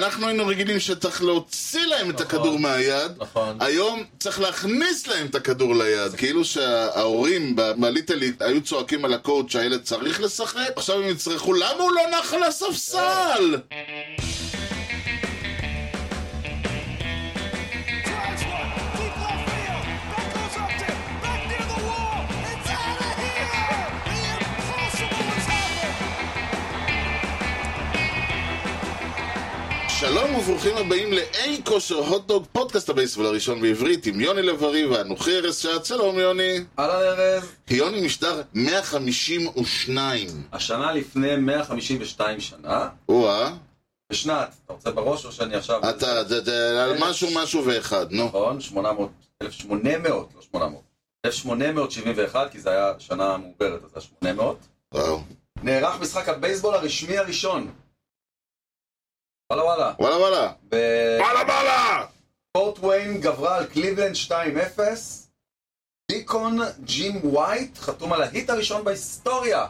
אנחנו היינו רגילים שצריך להוציא להם את הכדור מהיד, נכון. היום צריך להכניס להם את הכדור ליד. כאילו שההורים בליטלית היו צועקים על הקואוצ' שהילד צריך לשחק, עכשיו הם יצרכו למה הוא לא נח על הספסל? Drives one, deep left field. That goes up to, back near the wall. It's out of here. The impossible has happened. שלום וברוכים הבאים לאי כושר הוטדוג, פודקאסט הבייסבול הראשון בעברית עם יוני לב-ארי ואנוכי ארז שעד. שלום יוני. אהלן ארז, יוני משדר 152. השנה לפני 152 שנה, או-אה. בשנת, אתה רוצה בראש או שאני עכשיו... אתה, זה, זה, על משהו, משהו ואחד, נו. נכון, 800, 1800, לא 800, 1871, כי זה היה שנה מעוברת, אז זה היה 800. וואו. נערך משחק הבייסבול הרשמי הראשון. וואלה וואלה. וואלה וואלה. וואלה וואלה! בפורט וויין גברה על קליבלנד 2-0. דיקון ג'ים ווייט חתום על ההיט הראשון בהיסטוריה.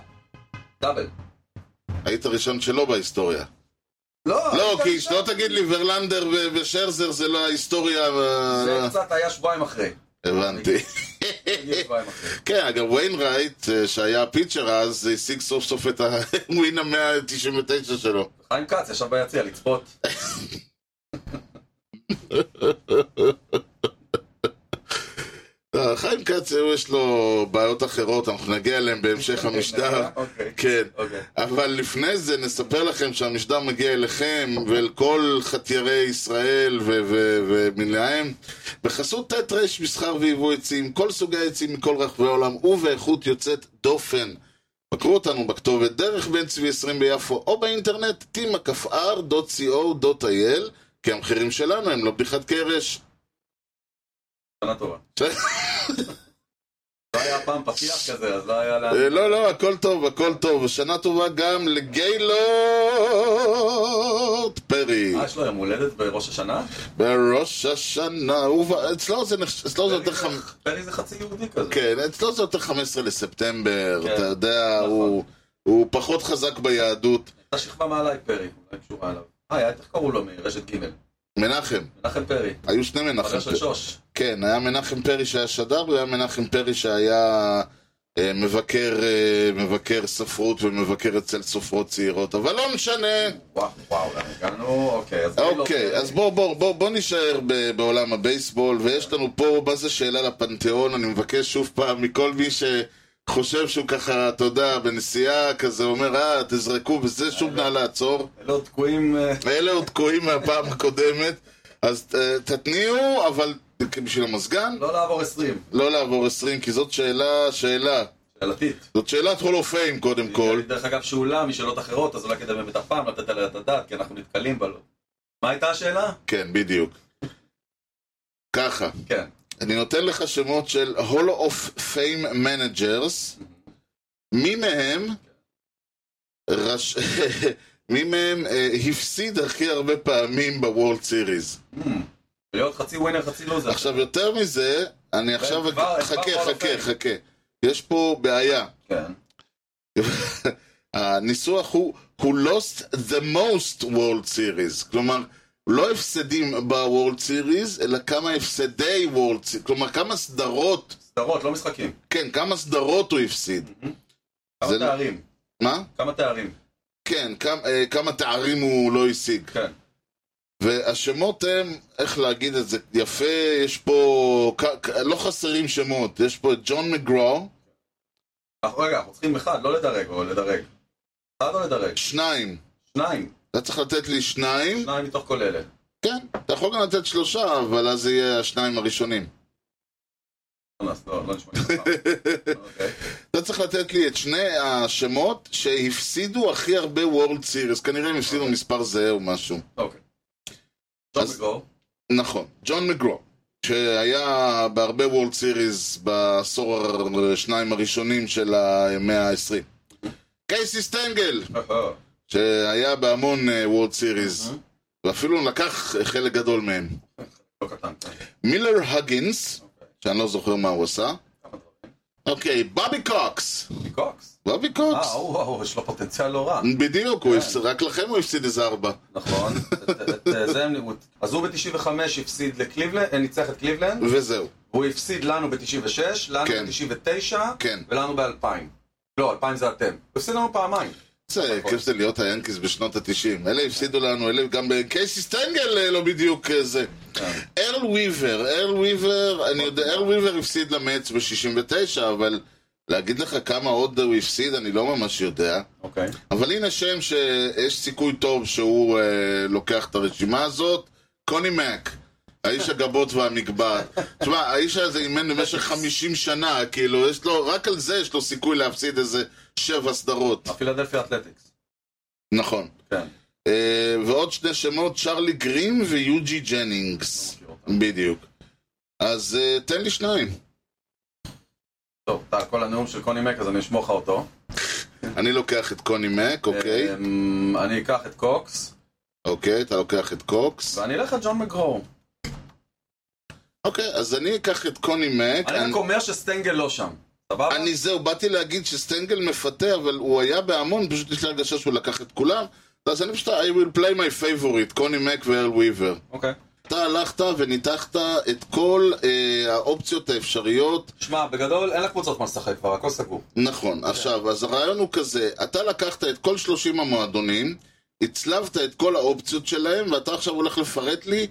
דאבל. היית הראשון שלו בהיסטוריה. לא, לא, ההיט כי הראשון. שלא תגיד לי ורלנדר ו- ושרזר זה לא ההיסטוריה, ו- לא. זה קצת היה שבועיים אחרי. אה. הבנתי. הגיע שבועיים אחרי. כן, אגב, ויינרייט, אה, שהיה הפיצ'ר אז, השיג סוף סוף את הווין ה-199 שלו. חיים כץ ישב ביציע לצפות. אה, חיים כץ, אה, יש לו בעיות אחרות, אנחנו נגיע אליהן בהמשך המשדר. אוקיי. כן. אוקיי. אבל לפני זה נספר לכם שהמשדר מגיע אליכם ואל כל חתיירי ישראל ו- ו- ומלאיהם בחסות ט' ר' מסחר ויבוא עצים, כל סוגי העצים מכל רחבי העולם ובאיכות יוצאת דופן. בקרו אותנו בכתובת דרך בן צבי 20 ביפו או באינטרנט timacfr.co.il כי המחירים שלנו הם לא בדיחת קרש. שנה טובה. אה. לא היה פעם פתיח כזה, אז לא היה לאן. אה, לא, לא, הכל טוב, הכל טוב. שנה טובה גם לגיילוט פרי. אה, יש לו יום הולדת בראש השנה? בראש השנה, ובה- אצלו זה נחש- אצלו זה יותר פרי חמ... זה- פרי זה חצי יהודי כזה. כן, אצלו זה יותר 15 לספטמבר, כן, אתה יודע, נכון. הוא- הוא פחות חזק ביהדות. הייתה שכבה מעליי פרי, אולי קשורה אליו. אה, היה- איך קראו לו מרשת ג' מנחם, מנחם פרי. היו שני מנחם חבר של פרי. שוש. כן, היה מנחם פרי שהיה שדר, והיה מנחם פרי שהיה אה, מבקר אה, מבקר ספרות ומבקר אצל סופרות צעירות, אבל לא משנה. וואו, וואו, לאן הגענו? אוקיי, אז... אוקיי, אז בואו בוא, בוא, בוא נישאר ב- בעולם הבייסבול, ויש לנו פה, מה זה שאלה לפנתיאון, אני מבקש שוב פעם מכל מי שחושב שהוא ככה, אתה יודע, בנסיעה כזה אומר, אה, תזרקו וזה, שוב נא לעצור. לא תקועים... אה, אלה עוד תקועים מהפעם הקודמת, אז אה, תתניעו, אבל בשביל המזגן, לא לעבור 20. לא לעבור 20, כי זאת שאלה, שאלה. שאלתית. זאת שאלת הול אוף פיים קודם כל. דרך אגב, שאולה משאלות אחרות, אז אולי כדאי באמת אף פעם לתת עליה את הדעת, כי אנחנו נתקלים בה. לא. מה הייתה השאלה? כן, בדיוק. ככה. כן. אני נותן לך שמות של הולו אוף פיים מנג'רס. מי מהם רש... מי מהם אה, הפסיד הכי הרבה פעמים בוורלד סיריז? Hmm, להיות חצי ווינר, חצי לוזר. עכשיו, יותר מזה, אני עכשיו... כבר- אג- כבר חכה, Hall of חכה, Fame. חכה. יש פה בעיה. כן. הניסוח הוא Who lost the most World Series. כלומר, לא הפסדים ב-World Series, אלא כמה הפסדי World Series. כלומר, כמה סדרות, סדרות, לא משחקים. כן, כמה סדרות הוא הפסיד. כמה זה לא- תארים. מה? כמה תארים. כן, כמה, אה, כמה תארים הוא לא השיג. כן. והשמות הם, איך להגיד את זה, יפה, יש פה, כ- כ- לא חסרים שמות, יש פה את ג'ון מגרו, אנחנו- רגע, אנחנו צריכים אחד, לא לדרג, או לדרג. אחד או לדרג? שניים. שניים. אתה צריך לתת לי שניים, שניים מתוך כל אלה. כן, אתה יכול גם לתת שלושה, אבל אז זה יהיה השניים הראשונים. לא, אז לא, לא נשמע לי. אוקיי. אתה צריך לתת לי את שני השמות שהפסידו הכי הרבה וורלד סיריס, כנראה הם הפסידו מספר זהה או משהו. אוקיי. טוב, אז- בגו. נכון, ג'ון מגרו, שהיה בהרבה וורלד סיריס בעשור השניים הראשונים של המאה ה-20. קייסי סטנגל, אה, שהיה בהמון וורלד סיריס, אהה. ואפילו לקח חלק גדול מהם. לא קטן. כן. מילר הגינס, אוקיי. שאני לא זוכר מה הוא עשה. כמה דברים. אוקיי, בובי קוקס. קוקס. בובי אה, קוקס. הוא, הוא, יש לו פוטנציאל לא רע. בדיוק, הוא הפס- רק לכם הוא הפסיד איזה ארבע. נכון. אז הוא ב-95 הפסיד לקליבלנד, אה, ניצח את קליבלנד, וזהו. והוא הפסיד לנו ב-96, לנו כן. ב-99, כן. ולנו ב-2000. לא, 2000 זה אתם. הוא הפסיד לנו פעמיים. זה נכון. כיף זה להיות היאנקיס בשנות התשעים. אלה הפסידו לנו, אלה גם קייסי סטנגל אה, לא בדיוק אה, זה. כן. ארל וויבר, ארל וויבר, אני יודע, ארל וויבר הפסיד למץ ב-69, אבל להגיד לך כמה עוד הוא הפסיד, אני לא ממש יודע. אוקיי. אבל הנה שם שיש סיכוי טוב שהוא אה, לוקח את הרשימה הזאת, קוני מק. האיש הגבות והמגבעת. תשמע, האיש הזה אימן במשך 50 שנה, כאילו, יש לו, רק על זה יש לו סיכוי להפסיד איזה שבע סדרות. הפילדלפי אתלטיקס. נכון. כן. אה, ועוד שני שמות, צ'רלי גרין ויוג'י ג'נינגס. מכיר אותם. בדיוק. אז אה, תן לי שניים. טוב, אתה כל הנאום של קוני מק, אז אני אשמור לך אותו. אני לוקח את קוני מק, אוקיי? אמ, אני אקח את קוקס, אוקיי, אתה לוקח את קוקס. ואני אלך לג'ון מגרו. אוקיי, אז אני אקח את קוני מק. אני רק אומר שסטנגל לא שם. סבבה? אני זהו, באתי להגיד שסטנגל מפתה, אבל הוא היה בהמון, פשוט יש לי הרגשה שהוא לקח את כולם. אז אני פשוט, I will play my favorite, קוני מק וארל וויבר. אוקיי. אתה הלכת וניתחת את כל אה, האופציות האפשריות. שמע, בגדול אין לקבוצות מה לשחק כבר, הכל סגור. נכון, עכשיו, אז הרעיון הוא כזה, אתה לקחת את כל 30 המועדונים, הצלבת את כל האופציות שלהם, ואתה עכשיו הולך לפרט לי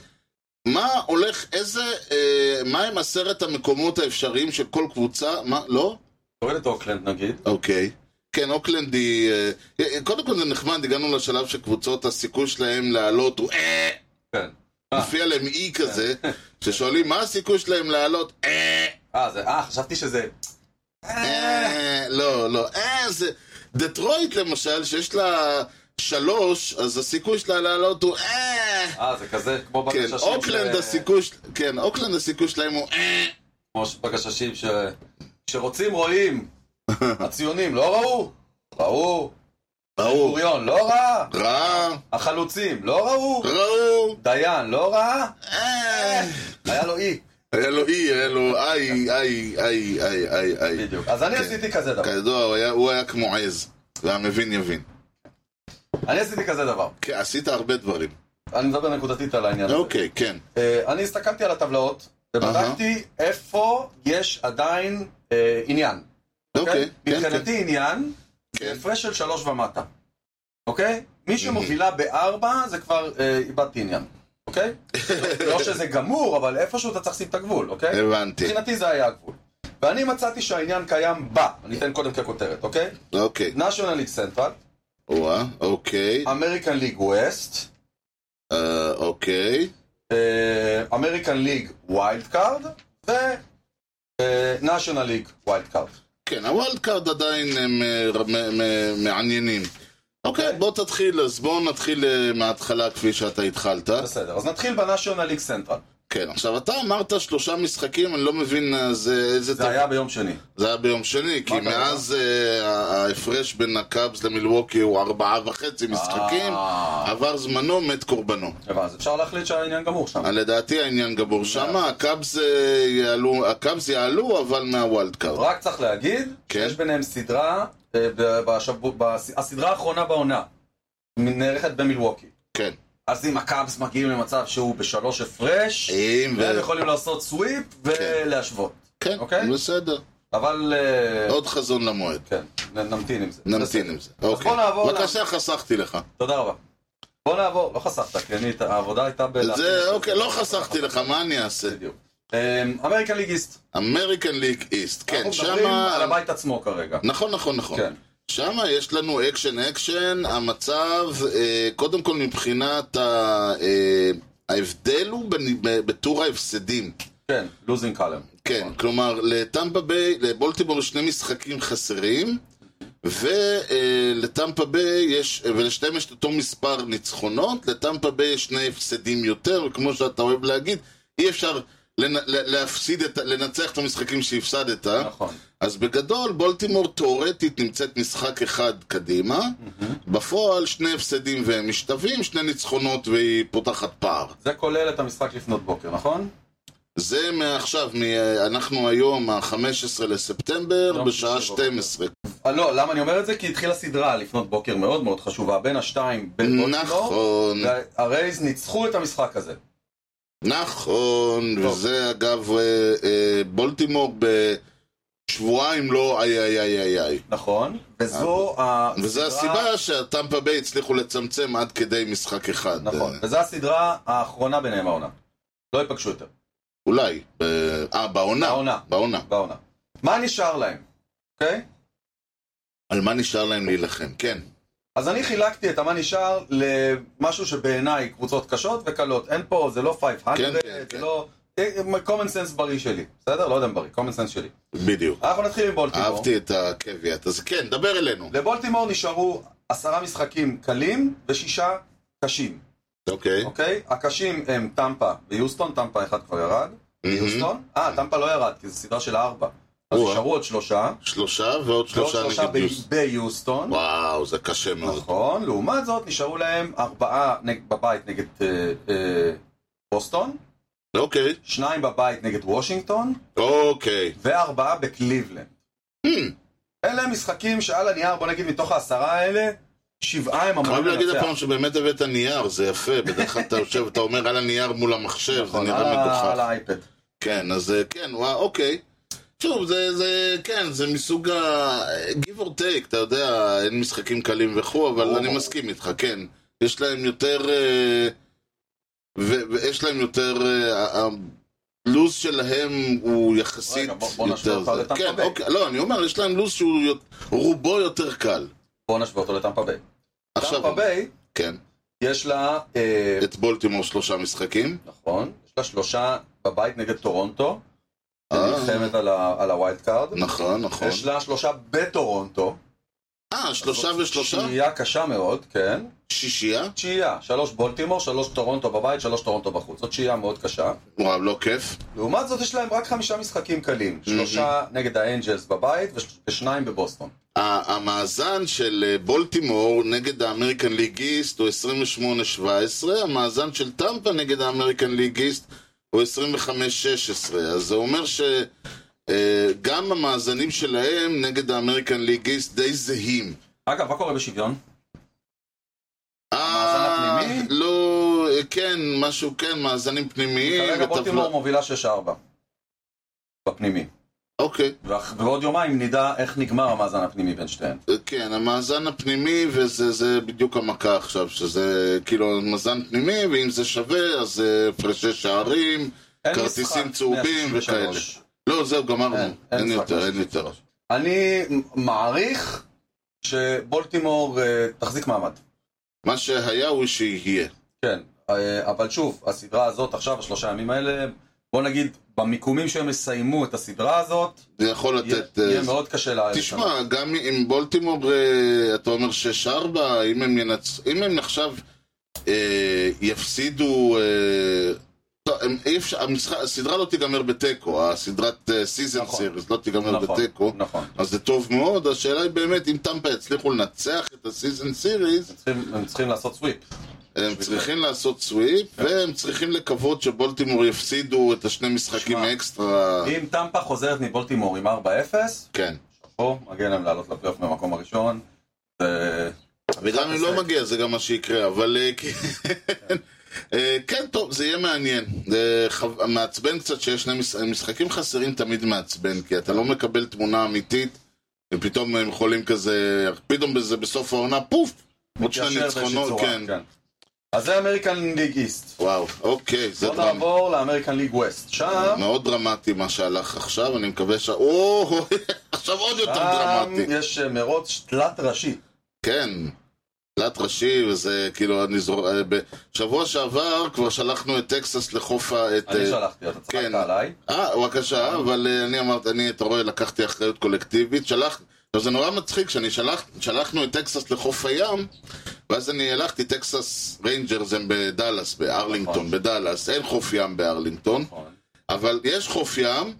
מה הולך, איזה, אה, מה הם עשרת המקומות האפשריים של כל קבוצה, מה, לא? תוריד את אוקלנד נגיד. אוקיי. כן, אוקלנד היא... אה, אה, קודם כל זה נחמד, הגענו לשלב שקבוצות, הסיכוי שלהם לעלות הוא אה! כן. אה. מופיע להם אי כזה, ששואלים מה הסיכוי שלהם לעלות אה! אה, זה, אה, חשבתי שזה... אה, אה, לא, לא. אה, זה... דטרויט למשל, שיש לה שלוש, אז הסיכוי שלה לעלות הוא אה! אה, זה כזה כמו כן, בגששים אוקלנד ש- הסיכוי... של- כן, אוקלנד הסיכוי שלהם הוא אה! כמו ש- בגששים ש... כשרוצים רואים. הציונים לא ראו? ראו. ברור. אוריון לא ראה? רע, החלוצים לא ראו? ראו, דיין לא ראה? אה! היה לו אי. היה לו אי, היה לו איי, איי, איי, איי, איי, איי. בדיוק. אז אני כן. עשיתי כזה דבר. כידוע, הוא היה- הוא היה כמו עז, והמבין יבין. אני עשיתי כזה דבר. כן, עשית הרבה דברים. אני מדבר נקודתית על העניין הזה. אוקיי, כן. אה, אני הסתכלתי על הטבלאות, ובדקתי איפה יש עדיין אה, עניין. אוקיי, כן, כן. מבחינתי עניין, כן. זה הפרש של שלוש ומטה. אוקיי? מי שמובילה בארבע, זה כבר אה, איבדתי עניין. אוקיי? לא שזה גמור, אבל איפשהו אתה צריך לשים את הגבול, אוקיי? הבנתי. מבחינתי זה היה הגבול. ואני מצאתי שהעניין קיים בה, אני אתן קודם ככותרת, אוקיי? אוקיי. national League Central, וואה, אוקיי. American League West, אה, אוקיי. אה, American League Wild Card ו אה, National League Wild Card. כן, הוולד קארד עדיין הם אה, מ- מ- מעניינים. אוקיי, בוא תתחיל, אז בואו נתחיל אה, מההתחלה כפי שאתה התחלת. בסדר, אז נתחיל ב-National League Central. כן, עכשיו אתה אמרת שלושה משחקים, אני לא מבין אה, זה- איזה... זה היה ביום שני. זה היה ביום שני, כי קרה? מאז אה, ההפרש בין הקאבס למילווקי הוא ארבעה וחצי משחקים, אה. עבר זמנו, מת קורבנו. הבנתי, אז אפשר להחליט שהעניין גמור שם. אה, לדעתי העניין גבור שמה, הקאבס אה, יעלו, הקאבס יעלו, אבל מהוולד קארד. רק צריך להגיד, כן. יש ביניהם סדרה, אה, ב- בשבוע- בס- הסדרה האחרונה בעונה, נערכת במילווקי. כן. אז אם הקאבס מגיעים למצב שהוא בשלוש הפרש, אם הם ו... יכולים לעשות סוויפ ולהשוות. כן, אוקיי? בסדר. אבל... אה, עוד חזון למועד. כן, נ- נמתין עם זה. נמתין בסדר. עם זה. אז אוקיי. בוא נעבור ל... בבקשה, חסכתי לך. תודה רבה. בוא נעבור, לא חסכת, כי אני, העבודה הייתה ב... את זה, אוקיי, לא חסכתי לך, מה אני אעשה? בדיוק. אמ, אמריקן ליגיסט. אמריקן ליג איסט. כן, אנחנו מדברים על שמה... הבית עצמו כרגע. נכון, נכון, נכון. כן. שם יש לנו אקשן אקשן, המצב, אה, קודם כל מבחינת ה... אה, ההבדל הוא בנ- ב- בטור ההפסדים. כן, לוזינג קלם. כן, כלומר, לטמפה ביי, לבולטימור יש שני משחקים חסרים, ולטמפה ביי יש, ולשתיהם יש את אותו מספר ניצחונות, לטמפה ביי יש שני הפסדים יותר, וכמו שאתה אוהב להגיד, אי אפשר לנ, ל- להפסיד את, ה- לנצח את המשחקים שהפסדת. נכון. אז בגדול, בולטימור תאורטית נמצאת משחק אחד קדימה, בפועל שני הפסדים והם משתווים, שני ניצחונות והיא פותחת פער. זה כולל את המשחק לפנות בוקר, נכון? זה מעכשיו, מ- אנחנו היום, ה-15 לספטמבר, יום בשעה שישי בבוקר. 12. אה, לא, למה אני אומר את זה? כי התחילה סדרה לפנות בוקר מאוד מאוד חשובה, בין השתיים, בין בוסטון, נכון, והרייז ניצחו את המשחק הזה. נכון, טוב. וזה אגב אה, אה, בולטימור בשבועיים לא איי איי איי איי איי. נכון, וזו הסדרה... אה, וזו הסיבה שהטמפה ביי הצליחו לצמצם עד כדי משחק אחד. נכון, אה, וזו הסדרה האחרונה ביניהם העונה. לא ייפגשו יותר, אולי. אה, אה, בעונה. העונה. בעונה. בעונה. מה נשאר להם, אוקיי? על מה נשאר להם להילחם? כן. אז אני חילקתי את המה נשאר למשהו שבעיניי קבוצות קשות וקלות. אין פה, זה לא 500, כן, כן, זה כן. לא... common sense בריא שלי, בסדר? לא יודע אם בריא, common sense שלי. בדיוק. אנחנו נתחיל עם בולטימור. אהבתי את הקוויאט. אז כן, דבר אלינו. לבולטימור נשארו עשרה משחקים קלים ושישה קשים, אוקיי. אוקיי? הקשים הם טמפה ויוסטון, טמפה אחד כבר ירד. Mm-hmm. מהמם. יוסטון? אה, טמפה לא ירד, כי זו סדרה של ארבע. אז או-אה. נשארו עוד שלושה. שלושה ועוד ועוד שלושה לא שלושה נגד ב- יוס. ביוסטון. וואו, זה קשה מאוד. נכון, לעומת זאת נשארו להם ארבעה נג... בבית נגד אה, אה, בוסטון, אוקיי. שניים בבית נגד וושינגטון, אוקיי. Hmm, וארבעה בקליבלנד. אה, אלה הם משחקים שעל הנייר, בוא נגיד מתוך העשרה האלה, שבעה הם אמורים חייב להגיד לנצח. הפעם שבאמת הבאת נייר, זה יפה, בדרך כלל אתה יושב, אתה אומר על הנייר מול המחשב, זה נכון, על נראה ה- על מגוחך. האייפד. כן, אז אה, כן, וואו, אוקיי. שוב, זה, זה, כן, זה מסוג ה... give or take, אתה יודע, אין משחקים קלים וכו', אבל ברור. אני מסכים איתך, כן. יש להם יותר... אה, ו- ויש להם יותר... אה, ה- הלו"ז שלהם הוא יחסית רגע, בוא- בוא נשווה יותר... אותך זה. לטמפה כן, ביי. אוקיי, לא, אני אומר, יש להם לו"ז שהוא יות- רובו יותר קל. בואו נשווה אותו לטמפה ביי. עכשיו, טמפה ביי, כן. יש לה, אה, את בולטימור שלושה משחקים. נכון, יש לה שלושה בבית נגד טורונטו, אה. שנלחמת על ה- על הווילד קארד. נכון, נכון. יש לה שלושה בטורונטו. אה, שלושה זאת ושלושה? שהייה קשה מאוד, כן. שישייה? תשיעייה, שלוש בולטימור, שלוש טורונטו בבית, שלוש טורונטו בחוץ. זאת תשיעייה מאוד קשה. וואו, לא כיף. לעומת זאת, יש להם רק חמישה משחקים קלים. שלושה נגד האנג'לס בבית וש- ושניים בבוסטון. ה- המאזן של אה, בולטימור נגד האמריקן ליג איסט הוא 28-17, המאזן של טמפה נגד האמריקן ליג איסט הוא 25-16. אז זה אומר ש... אה, גם המאזנים שלהם נגד האמריקן ליג איסט די זהים. אגב, מה קורה בשוויון? המאזן אה, הפנימי? לא, אה, כן, משהו, כן, מאזנים פנימיים. כרגע וטבלה- בולטימור מובילה 6-4. בפנימי. אוקיי. ואח- ובעוד יומיים נדע איך נגמר המאזן הפנימי בין שתיהן. כן, המאזן הפנימי, וזה זה בדיוק המכה עכשיו, שזה כאילו מאזן פנימי, ואם זה שווה, אז אה, הפרשי שערים, אין כרטיסים משחק צהובים 163. לא, זהו, גמרנו. אין, אין, אין משחק יותר, אין 163. יותר. אני מעריך שבולטימור אה, תחזיק מעמד. מה שהיה הוא שיהיה. כן, אה, אבל שוב, הסדרה הזאת עכשיו, השלושה ימים האלה, בוא נגיד, במיקומים שהם יסיימו את הסדרה הזאת, זה יכול יהיה- לתת... אה, יהיה מאוד קשה לה... תשמע, גם אם בולטימור, אה, אתה אומר 6-4, אם הם ינצ... אם הם עכשיו אה, יפסידו... אה, לא, הם, אי אפשר, המשחק, הסדרה לא תיגמר בתיקו, הסדרת סיזן נכון. סיריס לא תיגמר נכון, בתיקו. נכון. אז זה טוב מאוד, השאלה היא באמת, אם טמפה יצליחו לנצח את הסיזן סיריס, הם צריכים- הם צריכים לעשות סוויפ. הם צריכים לעשות כן. סוויפ, והם צריכים לקוות שבולטימור יפסידו את השני משחקים שמע, אקסטרה. אם טמפה חוזרת מבולטימור עם 4-0, כן. פה מגיע להם לעלות לפלייאוף במקום הראשון. זה- וגם אם לא מגיע, זה גם מה שיקרה, אבל... אה, כן. אה, כן, טוב, זה יהיה מעניין. זה חו- מעצבן קצת שיש שני מש- משחקים חסרים תמיד מעצבן, כי אתה לא מקבל תמונה אמיתית, ופתאום הם יכולים כזה, פתאום בזה בסוף העונה, פוף! עוד שני מתיישר באיזושהי ניצחונות, צורה, כן. אז זה אמריקן ליג איסט. וואו, אוקיי, זה בוא דרמה. נעבור לאמריקן ליג ווסט. שם, מאוד דרמטי מה שהלך עכשיו, אני מקווה ש... או, עכשיו עוד יותר שם דרמטי. יש אה, מרוץ תלת ראשי. כן, תלת ראשי, וזה כאילו, אני זור... אה, בשבוע שעבר כבר שלחנו את טקסס לחוף ה... את... אני אה, שלחתי, אתה צחקת כן. עליי. אה, בבקשה, אבל אה, אני אמרתי, אני, אתה רואה, לקחתי אחריות קולקטיבית, שלח... עכשיו זה נורא מצחיק, שאני שלח... שלחנו את טקסס לחוף הים, ואז אני הלכתי, טקסס ריינג'רס הם בדאלאס, בארלינגטון, נכון. בדאלאס, אין חוף ים בארלינגטון, נכון. אבל יש חוף ים,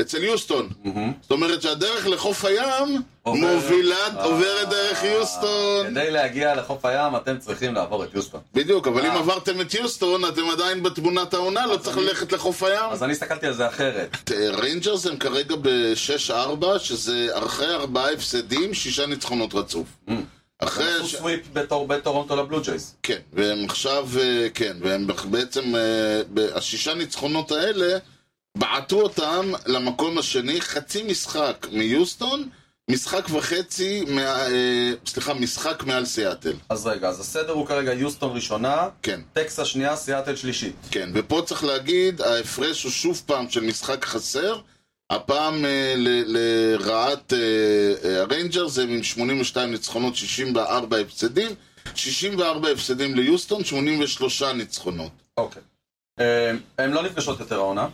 אצל יוסטון. מהמם. זאת אומרת שהדרך לחוף הים עוברת- מובילה, אה, עוברת דרך יוסטון. כדי להגיע לחוף הים, אתם צריכים לעבור את יוסטון. בדיוק, אבל אם אה. עברתם את יוסטון, אתם עדיין בתמונת העונה, לא צריך אני- ללכת לחוף הים. אז אני הסתכלתי על זה אחרת. ריינג'רס הם כרגע ב-6-4, שזה אחרי ארבעה הפסדים, שישה ניצחונות רצוף. Mm. אחרי... הם עשו ש- סוויפ בתור- בטורונטו לבלו ג'ייס. כן, והם עכשיו, אה, כן, והם בעצם, אה, ב- השישה ניצחונות האלה, בעטו אותם למקום השני, חצי משחק מיוסטון, משחק וחצי, מה, אה, סליחה, משחק מעל סיאטל. אז רגע, אז הסדר הוא כרגע יוסטון ראשונה, כן, טקסס שנייה, סיאטל שלישית. כן, ופה צריך להגיד, ההפרש הוא שוב פעם של משחק חסר, הפעם אה, ל- לרעת אה, אה, הריינג'רס הם עם 82 ניצחונות, 64 הפסדים, 64 הפסדים ליוסטון, 83 ניצחונות. אוקיי. אה, הם לא נפגשות יותר העונה,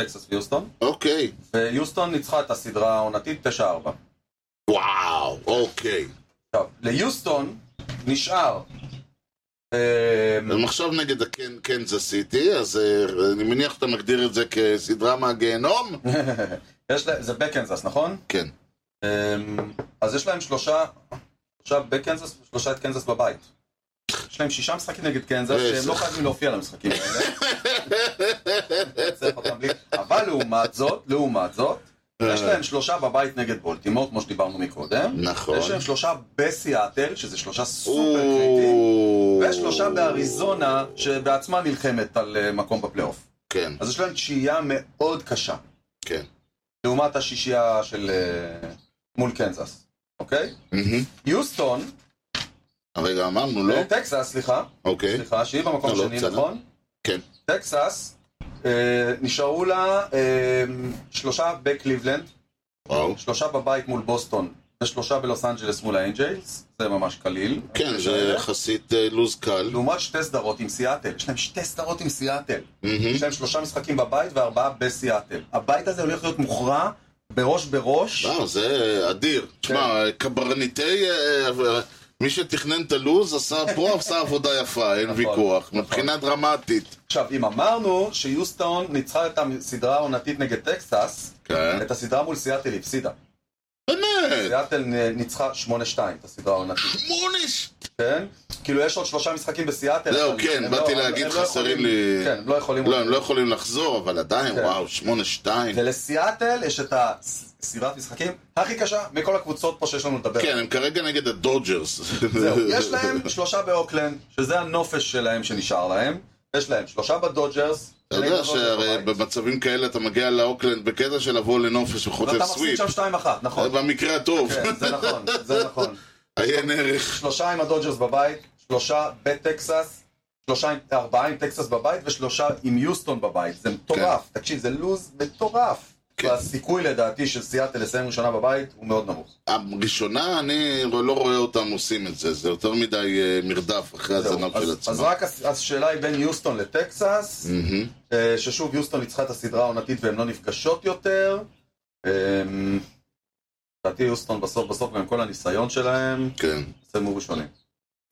טקסס ויוסטון, אוקיי. ויוסטון ניצחה את הסדרה העונתית 9-4. וואו, אוקיי. עכשיו, ליוסטון נשאר. אה, הם עכשיו נגד הקנזס סיטי, אז אה, אני מניח שאתה מגדיר את זה כסדרה מהגיהנום? יש להם, זה בקנזס, נכון? כן. אמ, אז יש להם שלושה, שלושה בקנזס ושלושה את קנזס בבית. יש להם שישה משחקים נגד קנזס, שהם לא חייבים להופיע למשחקים האלה. צריך אותם בלי- אבל לעומת זאת, לעומת זאת, יש להם שלושה בבית נגד בולטימור, כמו שדיברנו מקודם. נכון. יש להם שלושה בסיאטל, שזה שלושה סופר קריטיים. או- ושלושה באריזונה, שבעצמה נלחמת על אה, מקום בפלייאוף. כן, אז יש להם תשיעייה מאוד קשה. כן. לעומת השישייה של... אה, מול קנזס, אוקיי? מהמם. יוסטון, רגע, אמרנו, לא? אה, טקסס, סליחה, אוקיי. סליחה, שהיא במקום לא, לא, השני, בסדר. נכון? כן. טקסס, אה, נשארו לה אה, שלושה בקליבלנד, וואו. שלושה בבית מול בוסטון, ושלושה בלוס אנג'לס מול האנג'לס, זה ממש קליל. כן, זה יחסית אה, לו"ז קל. לעומת שתי סדרות עם סיאטל, יש להם שתי סדרות עם סיאטל. מהמם. יש להם שלושה משחקים בבית וארבעה בסיאטל. הבית הזה הולך להיות מוכרע בראש בראש. וואו, זה אה, אדיר. כן. תשמע, קברניטי... אה, אה, מי שתכנן את הלו"ז עשה פה, עשה עבודה יפה, אין נכון, ויכוח. נכון. מבחינה דרמטית. עכשיו, אם אמרנו שיוסטון ניצחה את הסדרה העונתית נגד טקסס, כן. את הסדרה מול סיאטל היא הפסידה. באמת. סיאטל ניצחה 8-2 את הסדרה העונתית, שמונה כן? כאילו יש עוד שלושה משחקים בסיאטל. זהו, אבל כן, הם באתי הם- להגיד, הם לא חסרים יכולים- לי- כן, הם לא יכולים... לא, הם לא יכולים לחזור, אבל עדיין, כן. וואו, שמונה, שתיים. ולסיאטל יש את הסדרת משחקים הכי קשה מכל הקבוצות פה שיש לנו לדבר. כן, הם כרגע נגד הדודג'רס. זהו, יש להם שלושה באוקלנד, שזה הנופש שלהם שנשאר להם. יש להם שלושה בדודג'רס. אתה יודע נגד הדודג'רס שהרי בבית. במצבים כאלה אתה מגיע לאוקלנד בקטע של לבוא לנופש וחוטף ואתה מחזיק סוויפ. שם 2-1, נכון. במקרה הטוב, כן, זה נכון, זה נכון. עיין ערך. שלושה עם הדודג'רס בבית, שלושה בטקסס, שלושה עם, ארבעה עם טקסס בבית ושלושה עם יוסטון בבית. זה מטורף. תקשיב, זה לוז מטורף. כן. והסיכוי לדעתי של סיאטל לסיים ראשונה בבית הוא מאוד נמוך. הראשונה, אני לא רואה אותם עושים את זה, זה יותר מדי אה, מרדף אחרי זהו. הזנב של אז- אז עצמם. רק הס- השאלה היא בין יוסטון לטקסס, מהמם. אה, ששוב יוסטון ניצחה את הסדרה העונתית והן לא נפגשות יותר. אה, לדעתי יוסטון בסוף בסוף גם עם כל הניסיון שלהם, כן. סיימו ראשונים.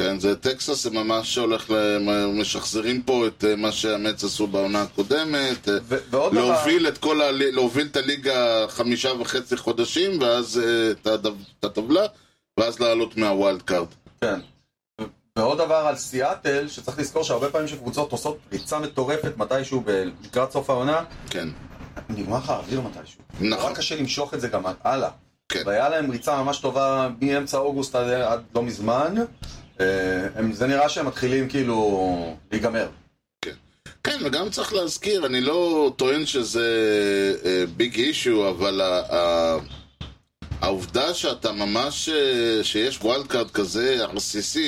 כן, זה טקסס, הם ממש הולך, ל- הם משחזרים פה את אה, מה שהמץ עשו בעונה הקודמת. אה, ו- ועוד דבר... להוביל את כל ה... להוביל את הליגה חמישה וחצי חודשים, ואז אה, את הדב- את הטבלה, ואז לעלות מהווילד קארד. כן. ו- ועוד דבר על סיאטל, שצריך לזכור שהרבה פעמים שקבוצות עושות פריצה מטורפת מתישהו ב- לקראת סוף העונה, כן. נגמר לך האוויר מתישהו. נכון. נורא קשה למשוך את זה גם הלאה. כן. והיה להם ריצה ממש טובה מאמצע אוגוסט עד, עד לא מזמן. אה, הם, זה נראה שהם מתחילים כאילו להיגמר. כן, וגם צריך להזכיר, אני לא טוען שזה ביג אישיו, אבל ה- ה- העובדה שאתה ממש, אה, שיש ווילד קארד כזה, RCC,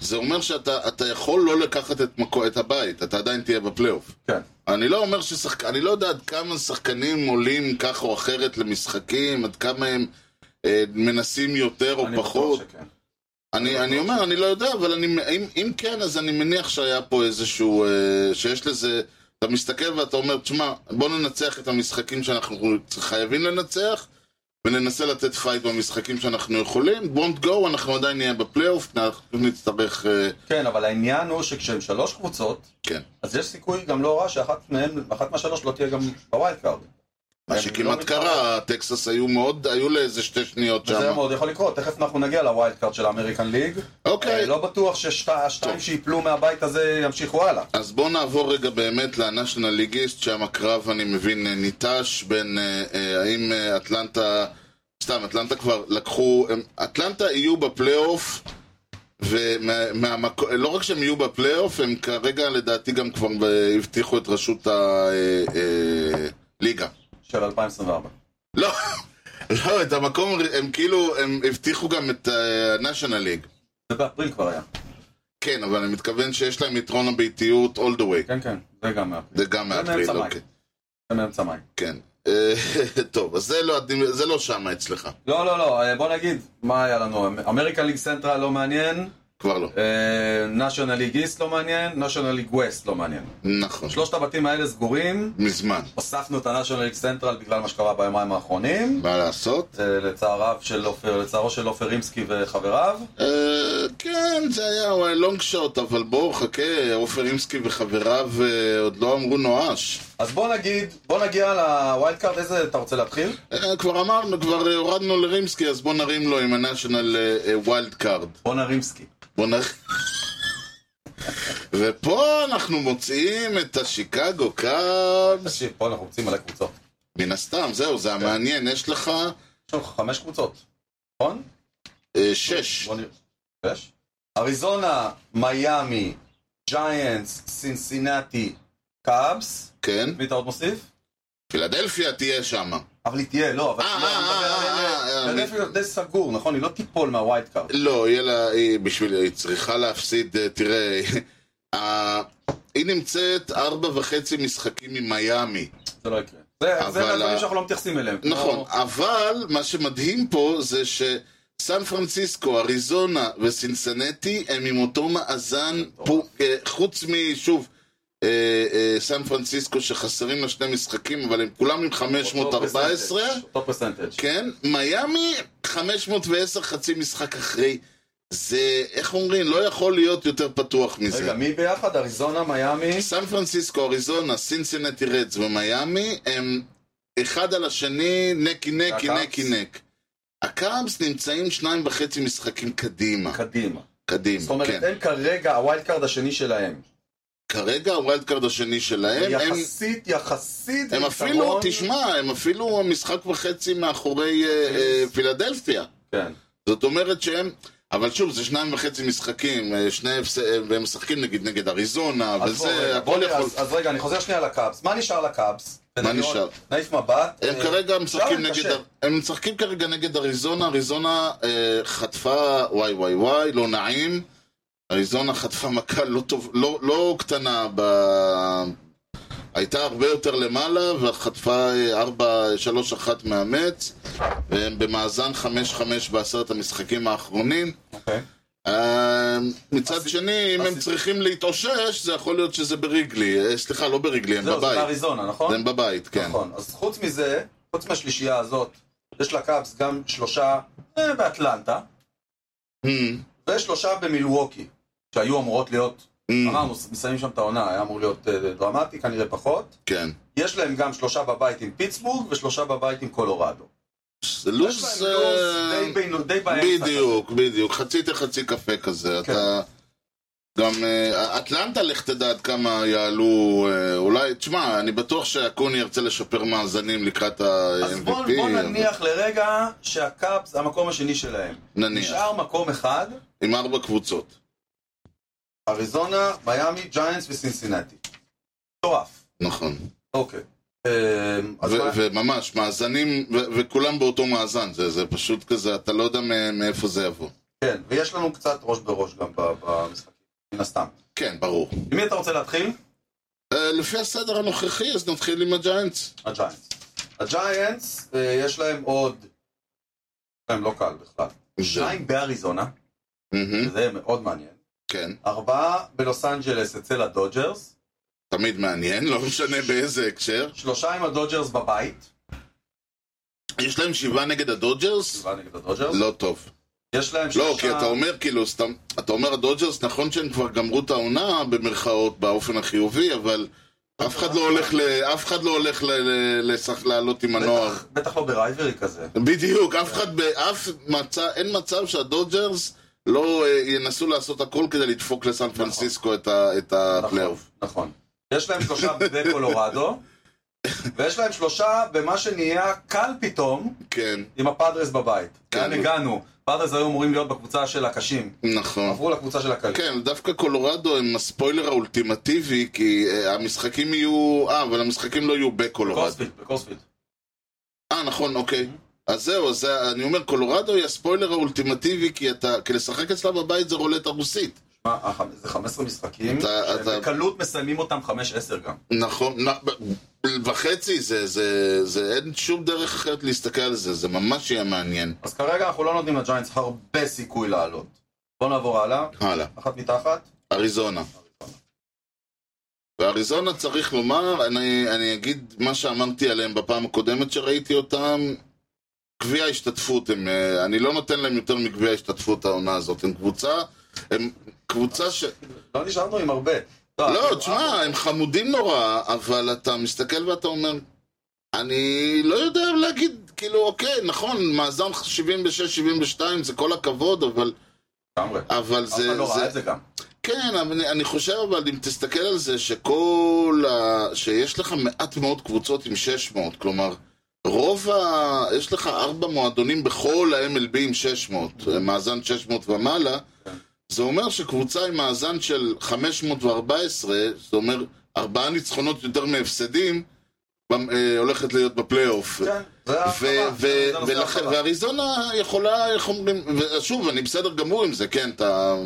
זה אומר שאתה אתה יכול לא לקחת את, מקו, את הבית, אתה עדיין תהיה בפלייאוף. כן. אני לא אומר ששחק... אני לא יודע עד כמה שחקנים עולים כך או אחרת למשחקים, עד כמה הם אה, מנסים יותר או אני בטוח פחות. שכן. אני, אני אני בטוח אומר, אני לא יודע, אבל אני, אם, אם כן, אז אני מניח שהיה פה איזשהו... אה, שיש לזה... אתה מסתכל ואתה אומר, תשמע, בוא ננצח את המשחקים שאנחנו חייבים לנצח, וננסה לתת פייט במשחקים שאנחנו יכולים. won't go, אנחנו עדיין נהיה בפלייאוף, אנחנו נצטרך... אה, כן, אבל העניין הוא שכשהם שלוש קבוצות, כן. אז יש סיכוי גם לא רע שאחת מהן, אחת מהשלוש לא תהיה גם בווילד קארד. מה הם שכמעט לא קרה, טקסס היו מאוד, היו לאיזה שתי שניות וזה שם. מאוד יכול לקרות, תכף אנחנו נגיע לווילד קארד של האמריקן ליג. אוקיי. אה, לא בטוח שהשתיים שיפלו מהבית הזה ימשיכו הלאה. אז בואו נעבור רגע באמת לנשיונל ליגיסט, שם הקרב, אני מבין, אה, ניטש בין אה, אה, האם אה, אטלנטה, סתם, אטלנטה כבר לקחו, הם- אטלנטה יהיו בפלייאוף, ולא רק שהם יהיו בפלייאוף, הם כרגע לדעתי גם כבר ב- הבטיחו את ראשות אה, הליגה. של 2024. לא, לא, את המקום, הם כאילו, הם הבטיחו גם את הנשיונל ליג. זה באפריל כבר היה. כן, אבל אני מתכוון שיש להם יתרון הביתיות all the way. כן, כן, זה גם מאפריל. זה גם מאפריל, מאמצע מאי. אוקיי. זה מאמצע מאי. כן. אה, טוב, אז זה לא, זה לא שמה אצלך, לא, לא, לא, אה, בוא נגיד, מה היה לנו? אמ-, אמריקן ליג סנטרל לא מעניין, אה, כבר לא. נשיונל ליג איסט לא מעניין, נשיונל ליג ווסט לא מעניין. נכון, שלושת הבתים האלה סגורים, מזמן. הוספנו את הנשיונל ליג סנטרל בגלל מה שקרה ביומיים האחרונים. מה לעשות? אה, לצעריו של עופר, לצערו של עופר רימסקי וחבריו. אה, כן, זה היה לונג שוט, אבל בואו, חכה, עופר רימסקי וחבריו אה, עוד לא אמרו נואש. אז בוא נגיד, בוא נגיע לווילד קארד, איזה אתה רוצה להתחיל? אה, כבר אמרנו, כבר אה, הורדנו לרימסקי, אז בואו נרים לו עם אה, הנשיונל ווילד קארד. בונה רימסקי. בוא נ... ופה אנחנו מוצאים את השיקגו קאבס, תקשיב, פה אנחנו רוצים מלא קבוצות. מן הסתם, זהו, זה המעניין, יש לך יש לנו חמש קבוצות, נכון? אה, שש. בוא נראה. יש? אריזונה, מיאמי, ג'יינטס, סינסינטי, קאבס. כן, מי אתה עוד מוסיף? פילדלפיה תהיה שמה. אבל היא תהיה, לא, אבל... אה, לא, אה, אני מדבר על אה, אלה. אה, פילדלפיה זה די סגור, נכון? היא לא תיפול מהווייד קארד. לא, יהיה לה, היא, בשביל, היא צריכה להפסיד, אה, תראה, ה- היא נמצאת ארבע וחצי משחקים ממיאמי. זה לא יקרה. זה- אבל זה מהדברים ה- שאנחנו לא מתייחסים אליהם. כמו- נכון, אבל מה שמדהים פה זה שסן פרנסיסקו, אריזונה וסינסנטי הם עם אותו מאזן, פו, אה, חוץ משוב, אה, אה, סן פרנסיסקו שחסרים לה שני משחקים, אבל הם כולם עם אותו 514, פרסנטג', אותו פרסנטג'. כן, מיאמי 510 חצי משחק אחרי. זה, איך אומרים, לא יכול להיות יותר פתוח מזה. רגע, מי ביחד? אריזונה, מיאמי? סן פרנסיסקו, אריזונה, סינסינטי רדס ומיאמי הם אחד על השני נקי נקי והקאבס? נקי נק. הקאבס נמצאים שניים וחצי משחקים קדימה. קדימה. זאת קדימה, אומרת, כן. הם כרגע הווילד קארד השני שלהם. כרגע הווילד קארד השני שלהם, הם- יחסית, יחסית, הם ביתרון. אפילו, תשמע, הם אפילו משחק וחצי מאחורי אה, אוקיי. אה, פילדלפיה. כן. זאת אומרת שהם... אבל שוב, זה שניים וחצי משחקים, אה, שני הפס- אה, והם משחקים נגיד נגד אריזונה, אז בוא, וזה, רגע, הכל בוא נראה, יכול... אז- אז רגע, אני חוזר שנייה לקאבס. מה נשאר לקאבס? מה כדי נשאר? לראות, נעיף מבט. הם אה, כרגע משחקים להם נגד, קשה. הם משחקים כרגע נגד אריזונה, אריזונה אה, חטפה וואי וואי וואי, לא נעים. אריזונה חטפה מכה לא טוב, לא, לא קטנה, ב... הייתה הרבה יותר למעלה וחטפה אה, 4-3-1 מאמץ והם במאזן 5-5 בעשרת המשחקים האחרונים. אוקיי. אה, מצד הסיב- שני, אם הם הסיב- צריכים להתאושש, זה יכול להיות שזה בריגלי, אה, סליחה, לא בריגלי, הם זהו, זה בבית, באריזונה, נכון? הם בבית, כן. נכון. אז חוץ מזה, חוץ מהשלישייה הזאת, יש לקאבס גם שלושה אה, באטלנטה, Hmm, ושלושה במילווקי, שהיו אמורות להיות, hmm, אמרנו, מסיימים שם את העונה, היה אמור להיות אה, דרמטי, כנראה פחות. כן. יש להם גם שלושה בבית עם פיטסבורג, ושלושה בבית עם קולורדו. זה יש לוז... להם אה, לוז די בינו- די באמצע. בדיוק, בדיוק. חצי תה חצי קפה כזה. כן. אתה... גם אה, אטלנטה, לך תדע עד כמה יעלו, אה, אולי, תשמע, אני בטוח שהקוני ירצה לשפר מאזנים לקראת ה-MVP. אז בוא, בוא נניח לרגע שהקאפ זה המקום השני שלהם. נניח. נשאר מקום אחד, עם ארבע קבוצות. אריזונה, מיאמי, ג'יינטס וסינסינטי. מטורף. נכון. אוקיי. אמ, אז ו- מה- וממש, מאזנים, ו- וכולם באותו מאזן. זה זה פשוט כזה, אתה לא יודע מא- מאיפה זה יבוא. כן, ויש לנו קצת ראש בראש גם ב- במשחקים, מן הסתם. כן, ברור. עם מי אתה רוצה להתחיל? אה, לפי הסדר הנוכחי, אז נתחיל עם הג'יינטס. הג'יינטס. הג'יינטס, אה, יש להם עוד... הם לא קל בכלל. כן. שניים באריזונה, מהמם, שזה מאוד מעניין. כן. ארבעה בלוס אנג'לס אצל הדודג'רס. תמיד מעניין, לא משנה באיזה הקשר. שלושה עם הדודג'רס בבית. יש להם שבעה נגד הדודג'רס? שבעה כאילו, נגד הדודג'רס. לא טוב. יש להם לא, כי אתה אומר, כאילו, סתם, אתה אומר הדודג'רס, נכון שהם כבר גמרו את העונה, במרכאות, באופן החיובי, אבל אף אחד לא הולך, ל... אף אחד לא הולך ל... ל... לשח... לעלות עם הנוער. בטח- בטח לא ברייברי כזה. בדיוק, אף אחד, באף מצב, אין מצב שהדודג'רס לא אה, ינסו לעשות הכל כדי לדפוק לסן פרנסיסקו את ה- את נכון, הפלייאוף. נכון. יש להם שלושה בקולורדו, ויש להם שלושה במה שנהיה קל פתאום, כן, עם הפאדרס בבית. כן. כן, הגענו. פאדרס היו אמורים להיות בקבוצה של הקשים. נכון. עברו לקבוצה של הקלים. כן, דווקא קולורדו הם הספוילר האולטימטיבי, כי אה, המשחקים יהיו... אה, אבל המשחקים לא יהיו בקולורדו. בקורספילד, בקורספילד. אה, נכון, אוקיי. אז זהו, אז זה- אני אומר, קולורדו היא הספוילר האולטימטיבי, כי אתה... כי לשחק אצלה בבית זה רולטה רוסית. שמע, הח- זה 15 משחקים, אתה- אתה- שבקלות מסיימים אותם 5-10 גם. נכון, נ- ב- וחצי, זה, זה, זה, אין שום דרך אחרת להסתכל על זה, זה ממש יהיה מעניין. אז כרגע אנחנו לא נותנים לג'יינטס הרבה סיכוי לעלות. בואו נעבור הלאה. הלאה, אחת מתחת. אריזונה. ואריזונה צריך לומר, אני, אני אגיד מה שאמרתי עליהם בפעם הקודמת שראיתי אותם, גביע ההשתתפות, הם, אה, אני לא נותן להם יותר מגביע ההשתתפות העונה הזאת, הם קבוצה, הם קבוצה ש... לא נשארנו עם הרבה. אה, לא, אנחנו- תשמע, הם חמודים נורא, אבל אתה מסתכל ואתה אומר, אני לא יודע להגיד, כאילו, אוקיי, נכון, מאזן 76-72 זה כל הכבוד, אבל, לגמרי. אבל אף אחד זה... לא ראה זה את זה גם. כן, אבל אני, אני חושב, אבל אם תסתכל על זה, שכל ה... שיש לך מעט מאוד קבוצות עם 600, כלומר, רוב ה... יש לך ארבע מועדונים בכל ה-MLB עם 600, מאזן 600 ומעלה, אוקיי. כן. זה אומר שקבוצה עם מאזן של 514, זה אומר ארבעה ניצחונות יותר מהפסדים, במ- אה, הולכת להיות בפלייאוף. כן, זה ו- ההרחבה. ו- זה לא נושא ולכן- ההרחבה. ואריזונה יכולה, איך אומרים, ושוב, אני בסדר גמור עם זה, כן, אתה...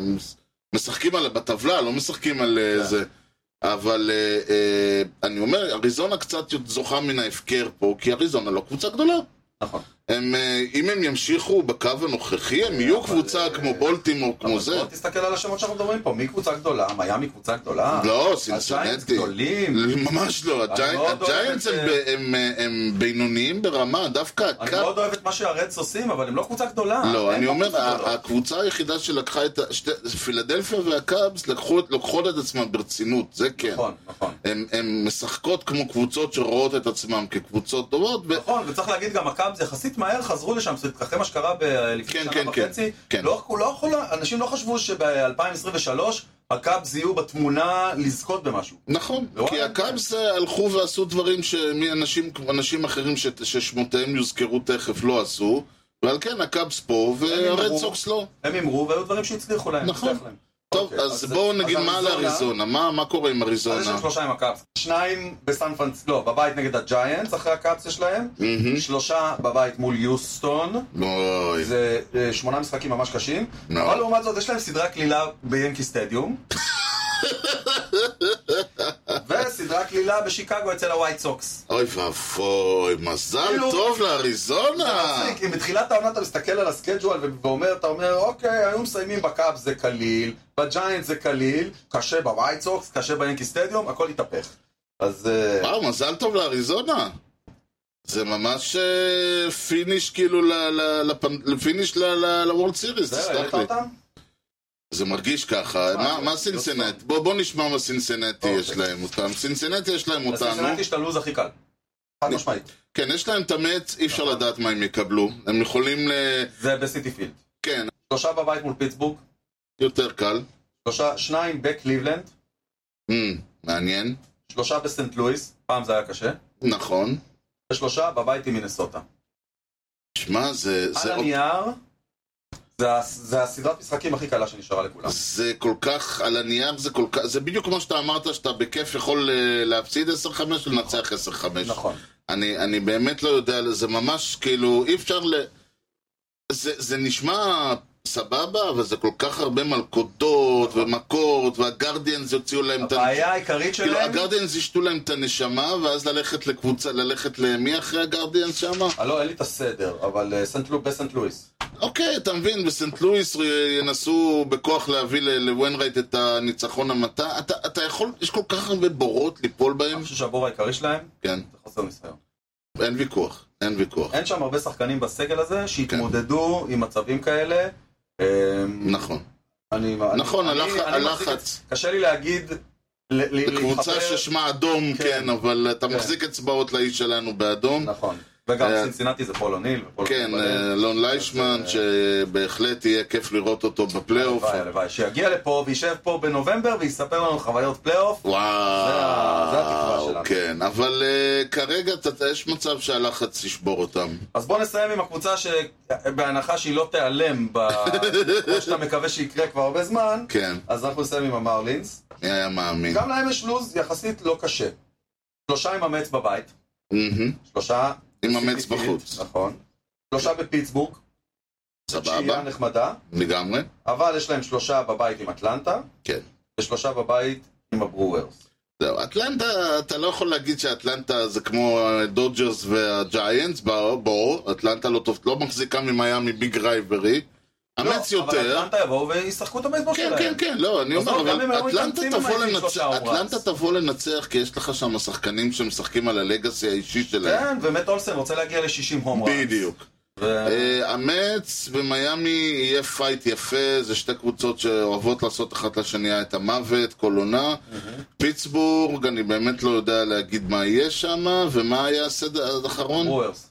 משחקים על, בטבלה, לא משחקים על אה, כן. זה. אבל אה, אה, אני אומר, אריזונה קצת זוכה מן ההפקר פה, כי אריזונה לא קבוצה גדולה. נכון. הם, אה, אם הם ימשיכו בקו הנוכחי, הם יהיו אבל, קבוצה אה, כמו בולטימור, אבל כמו זה. בוא תסתכל על השמות שאנחנו מדברים פה. מי קבוצה גדולה? מיאמי קבוצה גדולה? לא, אה, הג'יינטס סינסטנטי. גדולים. ממש לא, אני הג'י- מאוד אוהב הג'יינטס את, הם ב- הם, אה, הם בינוניים ברמה, דווקא אני הקאפ מאוד אוהב את מה שהרדס עושים, אבל הם לא אה, קבוצה גדולה. לא, הם אני אומר, קבוצה גדולה. ה- הקבוצה היחידה שלקחה את ה... שתי- פילדלפיה והקאבס לקחו את- לוקחות את עצמן ברצינות, זה כן. נכון, נכון. הן משחקות כמו קבוצות שרואות את עצמן כקבוצות טובות, ו- נכון, וצריך להגיד גם הקאבס יחסית מהר חזרו לשם, זאת אומרת, אחרי מה שקרה ב- לפני כן, שנה כן, כן, וחצי, כן. לא, לא יכול, אנשים לא חשבו שב-2023 הקאבס יהיו בתמונה לזכות במשהו. נכון, וואלה, כי הקאבס אה, הלכו ועשו דברים שאנשים אנשים אחרים ש- ששמותיהם יוזכרו תכף לא עשו, ועל כן הקאבס פה והרד אמרו. סוקס לא. הם הימרו והיו דברים שהצליחו להם. נכון. הצליח להם. טוב, אוקיי, אז בואו נגיד מה על אריזונה, מה מה קורה עם אז יש להם אריזונה? שלושה עם הקאבס. שניים בסן פרנס... לא, בבית נגד הג'יינטס, אחרי הקאבס יש להם. מהמם. שלושה בבית מול יוסטון. אוי, זה אה, שמונה משחקים ממש קשים. נו. אבל לעומת זאת, יש להם סדרה קלילה ביאנקי סטדיום. וסדרה קלילה בשיקגו אצל הווייט סוקס. אוי ואבוי, מזל כאילו- טוב לאריזונה! מצחיק, אם בתחילת העונה אתה מסתכל על הסקייג'ואל ו- ואומר, אתה אומר, אוקיי, היו מסיימים בקאפ זה קליל, בג'יינט זה קליל, קשה בווייט סוקס, קשה ביאנקי סטדיום, הכל התהפך. אז... אה, וואו, מזל טוב לאריזונה. זה ממש אה, פיניש כאילו ל- ל- לפנ- לפיניש ל- ל- לוורלד סיריס, זהו, העלית תסלח לי. אותם? זה מרגיש ככה. מה, מה- מה לא סינצנט? סתם. בוא בוא נשמע מה סינצנטי אוקיי. יש להם אותם. סינצנטי יש להם אז אותנו. סינצנטי יש את הלו"ז הכי קל. חד משמעית. כן, יש להם את המץ, אי אפשר נכון. לדעת מה הם יקבלו. הם יכולים ל... זה בסיטי פילד. כן, שלושה בבית מול פיטסבורג, יותר קל. שלושה, שניים בקליבלנד, אמ, מעניין. שלושה בסנט לואיס, פעם זה היה קשה, נכון. ושלושה בבית עם מינסוטה. שמע, זה... זה- על הנייר, זה ה- זה הסדרת משחקים הכי קלה שנשארה לכולם. זה כל כך, על הנייר זה כל כך, זה בדיוק כמו שאתה אמרת שאתה בכיף יכול אה, להפסיד 10-5 ולנצח 10-5. נכון. אני, אני באמת לא יודע, זה ממש כאילו, אי אפשר ל... זה, זה נשמע סבבה, אבל זה כל כך הרבה מלכודות ומכות, והגרדיאנס יוציאו להם את הנשמה. נכון. הבעיה העיקרית כאילו, שלהם... הגרדיאנס ישתו להם את הנשמה, ואז ללכת לקבוצה, ללכת למי אחרי הגרדיאנס שמה? אה, לא, אין לי את הסדר, אבל אה, סנט לו- בסנט לואיס. אוקיי, אתה מבין, בסנט לואיס ינסו בכוח להביא ל- לוונרייט את הניצחון המטה. אתה, אתה יכול, יש כל כך הרבה בורות ליפול בהם. אני חושב שהבור העיקרי שלהם כן, זה חוסר ניסיון. אין ויכוח, אין ויכוח. אין שם הרבה שחקנים בסגל הזה שהתמודדו עם מצבים כאלה. אה, כן. נכון. אני- אני- נכון, אני- הלח- אני מחזיק את- הלחץ. קשה לי להגיד ל- ל- קבוצה אה, להתחבר- ששמה אדום, כן. כן, אבל אתה כן. מחזיק אצבעות לאיש שלנו באדום. נכון. וגם אה, סינסינטי זה פול אוניל. ופול כן, אוניל בלב. אה, אלון ליישמן, שבהחלט יהיה כיף לראות אותו בפלייאוף. הלוואי, הלוואי. שיגיע לפה וישב פה בנובמבר ויספר לנו חוויות פלייאוף. זה התקווה וואו, שלנו. כן, אבל אה, כרגע אתה- יש מצב שהלחץ ישבור אותם. אז בואו נסיים עם הקבוצה שבהנחה שהיא לא תיעלם, ב- כמו שאתה מקווה שיקרה כבר הרבה זמן, כן, אז אנחנו נסיים עם המרלינס. מי היה מאמין? גם להם יש לו"ז יחסית לא קשה. שלושה עם המץ בבית, מהמם, שלושה... עם המץ CPT, בחוץ. נכון. שלושה בפיטסבורג, שהייה סבבה, נחמדה, לגמרי. אבל יש להם שלושה בבית עם אטלנטה, כן. ושלושה בבית עם הברוורס. זהו, אטלנטה, אתה לא יכול להגיד שאטלנטה זה כמו דודג'רס והג'יינטס, בואו, בואו, אטלנטה לא טוב, לא מחזיקה ממיאמי ביג רייברי. אמץ לא, אבל יותר. אטלנטה יבואו וישחקו את הבייסבול כן, שלהם. כן, כן, לא, אני אז אומר, לא, גם אם אבל היו אטלנטה מתאמצים, הם תבוא היו לנצח, שלושה אורס. אטלנטה תבוא לנצח, כי יש לך שם שחקנים שמשחקים על הלגאסי האישי שלהם. כן, ומט אולסן רוצה להגיע ל-60 הום ראנס. בדיוק. ו- אה, אמץ ומיאמי יהיה פייט יפה, זה שתי קבוצות שאוהבות לעשות אחת לשנייה את המוות, כל עונה. פיטסבורג, אני באמת לא יודע להגיד מה יהיה שם, ומה היה הסדר האחרון? ברוורס.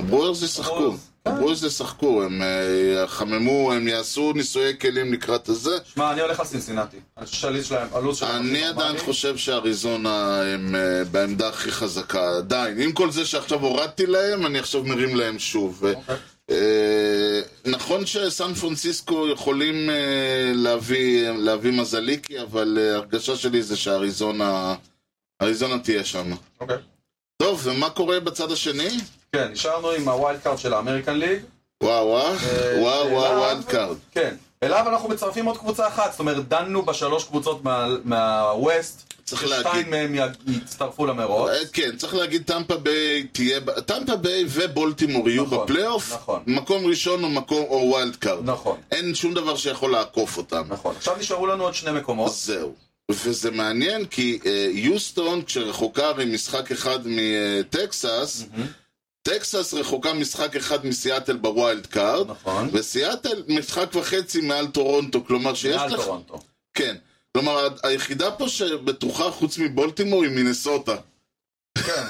הברוארס ישחקו. הברוארס, כן. הברוארס ישחקו, הם אה, יחממו, הם יעשו ניסויי כלים לקראת הזה. שמע, אני הולך על סינסינטי. אני חושב שהלו"ז שלהם, הלו"ז שלהם... אני הכי עדיין נורמלי. חושב שאריזונה הם אה, בעמדה הכי חזקה, עדיין. עם כל זה שעכשיו הורדתי להם, אני עכשיו מרים להם שוב. אוקיי. אה, נכון שסן פרנסיסקו יכולים אה, להביא, להביא מזליקי, אבל אה, הרגשה שלי זה שאריזונה אריזונה תהיה שם. אוקיי. טוב, ומה קורה בצד השני? כן, נשארנו עם הווילד קארד של האמריקן ליג. וואו וואו, אה, וואו וואו, אליו- וואלד קארד. כן. אליו אנחנו מצרפים עוד קבוצה אחת, זאת אומרת, דנו בשלוש קבוצות מה- מהווסט, צריך להגיד. ששתיים מהם י- יצטרפו למרוץ. אה, כן, צריך להגיד טמפה ביי תהיה, ב- טמפה ביי ובולטימור יהיו נכון, בפלייאוף, נכון. מקום ראשון או מקום או ווילד קארד. נכון, אין שום דבר שיכול לעקוף אותם. נכון. עכשיו נשארו לנו עוד שני מקומות. זהו. וזה מעניין כי אה, יוסטון, כשרחוקה ממשחק אחד מטקסס, מהמם. טקסס רחוקה משחק אחד מסיאטל בווילד קארד, נכון. וסיאטל משחק וחצי מעל טורונטו, כלומר שיש מעל לך... טורונטו. כן. כלומר, ה- היחידה פה שבטוחה חוץ מבולטימור היא מינסוטה. כן.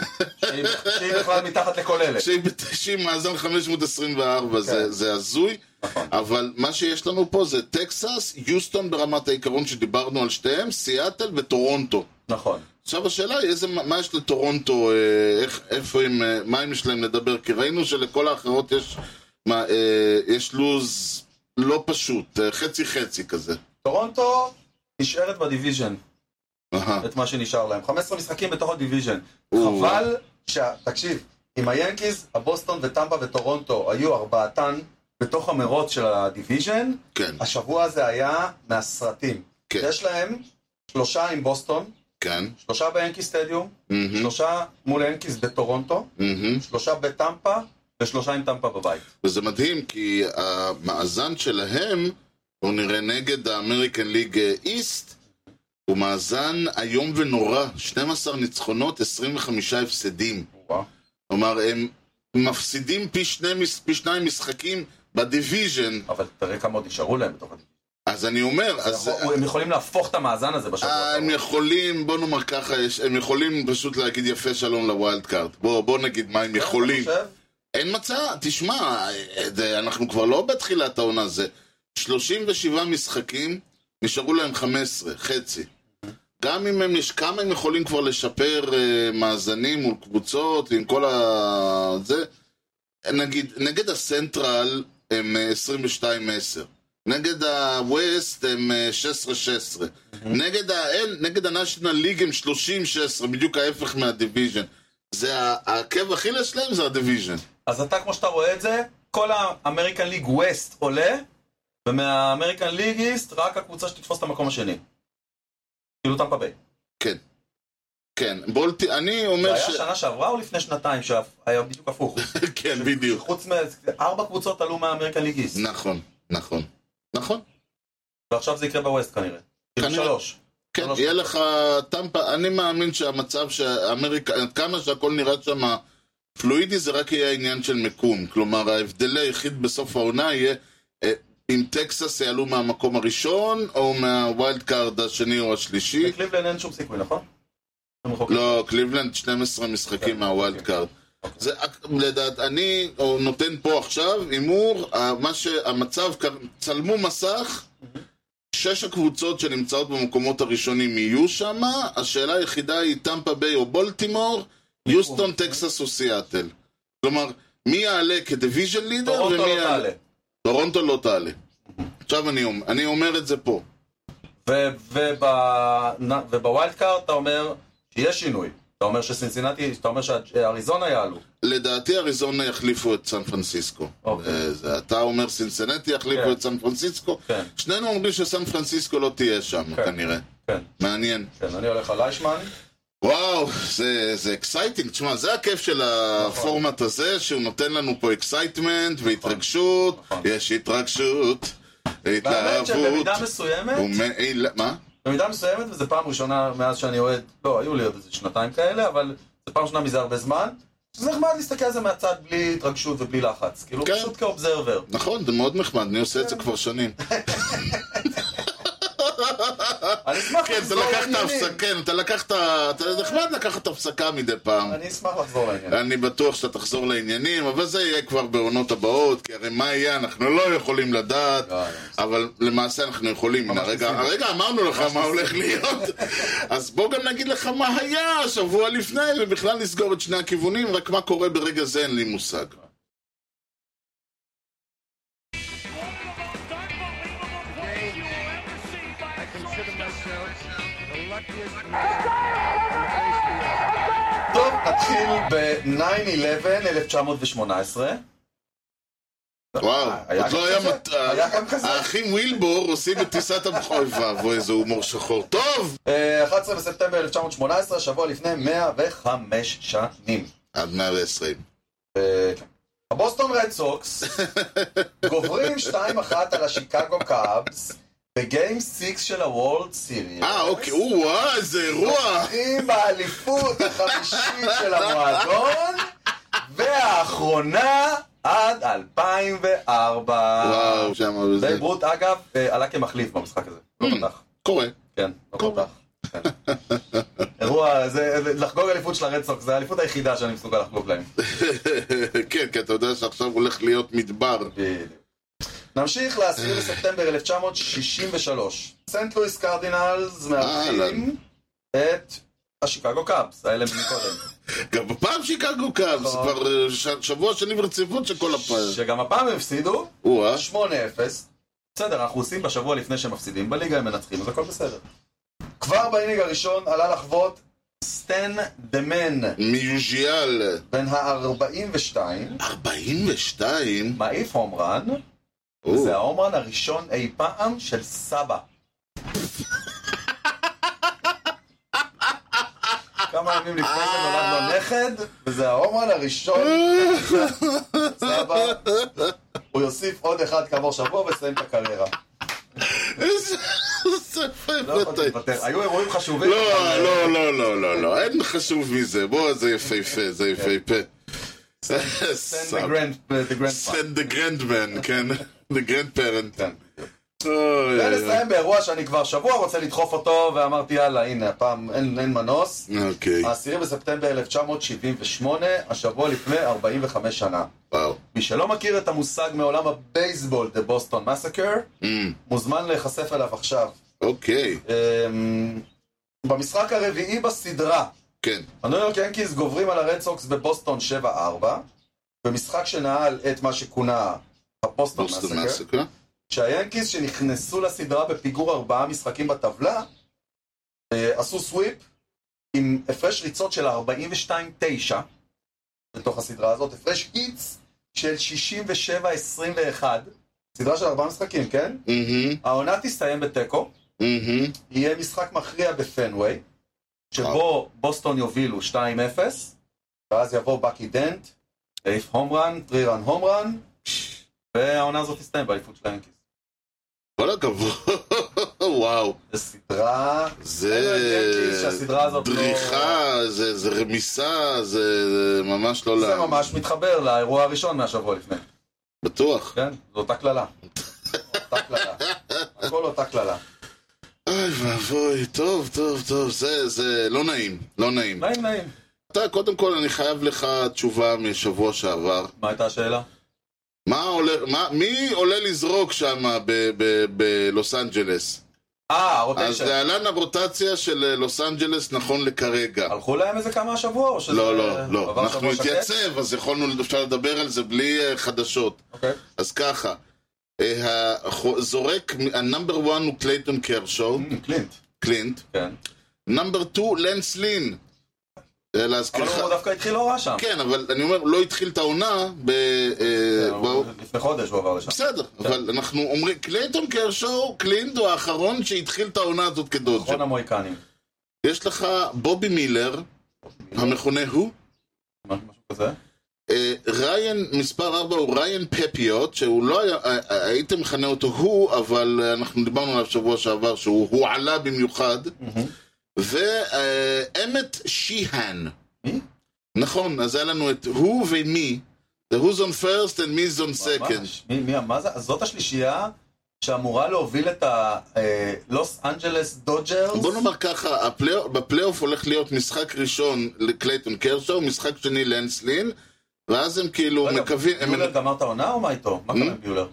שהיא- שהיא בכלל מתחת לכל אלה. שהיא ב-90 מאזן 524, כן. זה, זה הזוי. נכון. אבל מה שיש לנו פה זה טקסס, יוסטון ברמת העיקרון שדיברנו על שתיהם, סיאטל וטורונטו. נכון. עכשיו השאלה היא איזה, מה יש לטורונטו, אה, איך, איפה הם, אה, מה הם יש להם לדבר? כי ראינו שלכל האחרות יש, מה, אה, יש לו"ז לא פשוט, אה, חצי חצי כזה. טורונטו נשארת בדיוויז'ן. אהה. את מה שנשאר להם. 15 משחקים בתוך הדיוויז'ן. או. חבל שה... תקשיב, אם היאנקיז, הבוסטון וטמפה וטורונטו היו ארבעתן בתוך המרוץ של הדיוויז'ן, כן, השבוע הזה היה מהסרטים. כן. יש להם שלושה עם בוסטון, כן. שלושה ביאנקיז סטדיום, מהמם, שלושה מול יאנקיז בטורונטו, מהמם. שלושה בטמפה ושלושה עם טמפה בבית. וזה מדהים, כי המאזן שלהם, הוא נראה נגד האמריקן ליג איסט, הוא מאזן איום ונורא, 12 ניצחונות, 25 הפסדים. וואו. כלומר, הם מפסידים פי, שני, מש- פי שניים משחקים בדיוויז'ן, אבל תראה כמה עוד נשארו להם בתוך הדיוויז'ן. אז אני אומר, אז יכול- הם יכולים להפוך את המאזן הזה בשבוע אה, הם הבא. יכולים, בוא נאמר ככה, יש- הם יכולים פשוט להגיד יפה שלום לווילד קארד. בוא, בוא נגיד מה כן, הם יכולים. אין מצב, תשמע, זה, אנחנו כבר לא בתחילת העונה, זה 37 משחקים, נשארו להם 15, חצי. גם אם הם, יש כמה הם יכולים כבר לשפר אה, מאזנים מול קבוצות, עם כל ה... זה, נגיד, נגד הסנטרל הם אה, 22-10, נגד ה-West הם אה, 16-16, נגד, ה- אין- נגד ה-National League הם 30-16, בדיוק ההפך מהדיוויז'ן. זה ה- העקב אכילס שלהם זה הדיוויז'ן. אז אתה, כמו שאתה רואה את זה, כל האמריקן ליג ווסט עולה, ומהאמריקן ליג איסט, רק הקבוצה שתתפוס את המקום השני. כאילו טמפה ביי. כן, בולטי, אני זה אומר לא היה ש... שנה שעברה או לפני שנתיים, שהיה בדיוק הפוך? כן, בדיוק. חוץ מארבע קבוצות עלו מהאמריקן ליג איסט, נכון, נכון. נכון, ועכשיו זה יקרה בווסט כנראה. כאילו כנראה. שלוש. כן, שלוש יהיה דקות. לך טמפה, אני מאמין שהמצב שאמריקה, כמה שהכל נראה שם פלואידי זה רק יהיה עניין של מיקום. כלומר, ההבדל היחיד בסוף העונה יהיה אה, אם טקסס יעלו מהמקום הראשון, או מהווילד קארד השני או השלישי. לקליבלנד אין שום סיכוי, נכון? הם רחוקים. לא, קליבלנד 12 משחקים כן, מהווילד אוקיי. קארד. זה, לדעת, אני או נותן פה עכשיו הימור, ה- מה שהמצב, כ- צלמו מסך, שש הקבוצות שנמצאות במקומות הראשונים יהיו שם, השאלה היחידה היא טמפה ביי או בולטימור, יוסטון, אוקיי. טקסס או סיאטל. כלומר, מי יעלה כדיוויז'ן לידר ומי טורונטו לא יעלה... תעלה. טורונטו לא תעלה. עכשיו אני, אומר- אני אומר את זה פה. ו- וב- נ- ובווילד קארד אתה אומר שיש שינוי. אתה אומר שסינסינטי, אתה אומר שאריזונה יעלו. לדעתי אריזונה יחליפו את סן פרנסיסקו. אוקיי. אה, זה- אתה אומר סינסנטי יחליפו כן. את סן פרנסיסקו. כן. שנינו אומרים שסן פרנסיסקו לא תהיה שם כן. כנראה. כן, מעניין. כן, אני הולך על איישמן. כן, וואו, זה, זה אקסייטינג. תשמע, זה הכיף של הפורמט הזה, שהוא נותן לנו פה אקסייטמנט והתרגשות. נכון. יש התרגשות, והאמת התלהבות. שבמידה מסוימת, ומעיל... מה? במידה מסוימת, וזו פעם ראשונה מאז שאני אוהד, לא, היו לי עוד איזה שנתיים כאלה, אבל זו פעם ראשונה מזה הרבה זמן, שזה נחמד להסתכל על זה מהצד בלי התרגשות ובלי לחץ. כאילו, כן. פשוט כאובזרבר. נכון, זה מאוד נחמד, אני עושה את כן. זה כבר שנים. אני אשמח כן, אתה לחזור לקחת לעניינים. הפסקה, כן, אתה לקחת... אתה נחמד לקחת הפסקה מדי פעם. אני אשמח לחזור לעניינים. אני בטוח שאתה תחזור לעניינים, אבל זה יהיה כבר בעונות הבאות, כי הרי מה יהיה, אנחנו לא יכולים לדעת, לא, לא. אבל למעשה אנחנו יכולים. הנה, הרגע, ניסינו. הרגע אמרנו לך מה הולך להיות, אז בוא גם נגיד לך מה היה שבוע לפני, ובכלל נסגור את שני הכיוונים, רק מה קורה ברגע זה אין לי מושג. I consider myself the luckiest man. טוב, נתחיל ב-9-11-1918. וואו, היה עוד גם לא היה אה. כזה? מת... היה גם כזה? האחים ווילבור עושים את טיסת הבכור, אוי ואבוי, איזה הומור שחור. טוב! אה, 11 בספטמבר 1918, שבוע לפני 105 שנים. עד 120. אה, הבוסטון רד סוקס גוברים 2-1 על השיקגו קאבס בגיים 6 של הוולד סיריאס. אה, אוקיי, או, וואי, איזה אירוע! עם האליפות החמישית של המועדון, והאחרונה עד 2004. וואו, שם וזה. בן ברוט, אגב, אה, עלה כמחליף במשחק הזה. לא פתח. קורה. כן, לא פתח. כן. אירוע, זה זה- לחגוג אליפות של הרד סוקס, זה האליפות היחידה שאני מסוגל לחגוג להם. כן, כי אתה יודע שעכשיו הולך להיות מדבר. בדיוק. נמשיך ל-10 בספטמבר 1963. סנט לואיס קרדינלס מארחים את השיקגו קאבס, האלה מקודם. גם בפעם שיקגו קאבס, זה נכון. כבר אה, ש- שבוע שני ברציפות שכל אה? הפעם. שגם הפעם הם הפסידו, או-אה. 8-0. בסדר, אנחנו עושים בשבוע לפני שהם מפסידים בליגה, הם מנצחים, אז הכל בסדר. כבר באינינג הראשון עלה לחוות סטן דמן, מיוז'יאל. בן ה-42, 42? מעיף הום רן, או. זה ההום רן הראשון אי פעם של סבא. כמה ימים לפני זה נולד לו נכד, וזה ההום רן הראשון סבא. הוא יוסיף עוד אחד כעבור שבוע ויסיים את הקריירה. איזה איזה יפה לא יכולתי הבאת. לוותר. היו אירועים חשובים. לא, לא, לא, לא, לא, לא, אין חשוב מזה. בוא, זה יפהפה, זה יפהפה. סטן אה, דה גרנד פאנט. סנד דה גרנדמן, כן. דה גרנד פרנט. כן. ונסיים באירוע שאני כבר שבוע רוצה לדחוף אותו, ואמרתי יאללה, הנה, הפעם אין אין מנוס. אוקיי, ה-10 בספטמבר 1978, השבוע לפני 45 שנה. וואו. מי שלא מכיר את המושג מעולם הבייסבול, The Boston Massacre, אמ, מוזמן להיחשף אליו עכשיו. אוקיי, אמ, במשחק הרביעי בסדרה, כן. הניו יורק ינקיז גוברים על הרד סוקס בבוסטון 7-4, במשחק שנעל את מה שכונה הבוסטון בוסטון מסקר, מסקר. שהיאנקיז שנכנסו לסדרה בפיגור ארבעה משחקים בטבלה, אה, עשו סוויפ עם הפרש ריצות של 42-9 בתוך הסדרה הזאת, הפרש איץ של 67-21, סדרה של ארבעה משחקים, כן? מהמם, העונה תסתיים בתיקו, מהמם. יהיה משחק מכריע בפנוויי, שבו בוסטון יובילו 2-0, ואז יבוא בקי דנט, העיף הום רן, טרי רן הום רן, והעונה הזאת תסתיים באליפות של היאנקיז. כל הכבוד. וואו. זו סדרה... זה היאנקיז, שהסדרה הזאת לא- דריכה, זה זה רמיסה, זה זה ממש לא... זה לה- ממש מתחבר לאירוע הראשון מהשבוע לפני, בטוח. כן? זו אותה קללה. אותה קללה. הכל אותה קללה. אוי ואבוי, טוב, טוב, טוב, זה, זה לא נעים, לא נעים. נעים, נעים. אתה, קודם כל, אני חייב לך תשובה משבוע שעבר. מה הייתה השאלה? מה עולה, מה, מי עולה לזרוק שם בלוס אנג'לס? אה, אז הרוטיישן. להלן הרוטציה של אה, לוס אנג'לס נכון לכרגע. הלכו להם איזה כמה השבוע או שזה... לא, לא, לא. עבר אנחנו שבוע שקט? נתייצב, אז יכולנו, אפשר לדבר על זה בלי אה, חדשות. אוקיי. אז ככה, אה, החו- זורק, הנאמבר 1 הוא קלייטון קרשו, Mm, קלינט. קלינט. כן. נאמבר 2, לנס לין. אה, אבל להזכירך. הוא דווקא התחיל לא רע שם. כן, אבל אני אומר, לא התחיל את העונה ב... אה, הוא- ב- לפני חודש הוא עבר לשם. בסדר, אבל אנחנו אומרים, קלייטון קרשו, קלינט הוא האחרון שהתחיל את העונה הזאת כדודג'ה. אחרון המוהיקנים. יש לך בובי מילר, המכונה הוא, משהו כזה? אה, ריין, מספר 4 הוא ריין פפיות, שהוא לא היה, אה, אה, הייתם מכנה אותו הוא, אבל אה, אנחנו דיברנו עליו שבוע שעבר שהוא הוא עלה במיוחד, ואמת שיהן. מי? נכון, אז היה לנו את הוא ומי, the who's on first and me's on second. ממש. מי, מי, מה זה? אז זאת השלישייה שאמורה להוביל את אה, הלוס אנג'לס דודג'רס? בוא נאמר ככה, הפלי- בפלייאוף הולך להיות משחק ראשון לקלייטון קרשו, משחק שני לאנסלין, ואז הם כאילו מקווים... הם ביולר גמר את העונה או מה איתו? מה קרה עם ביולר?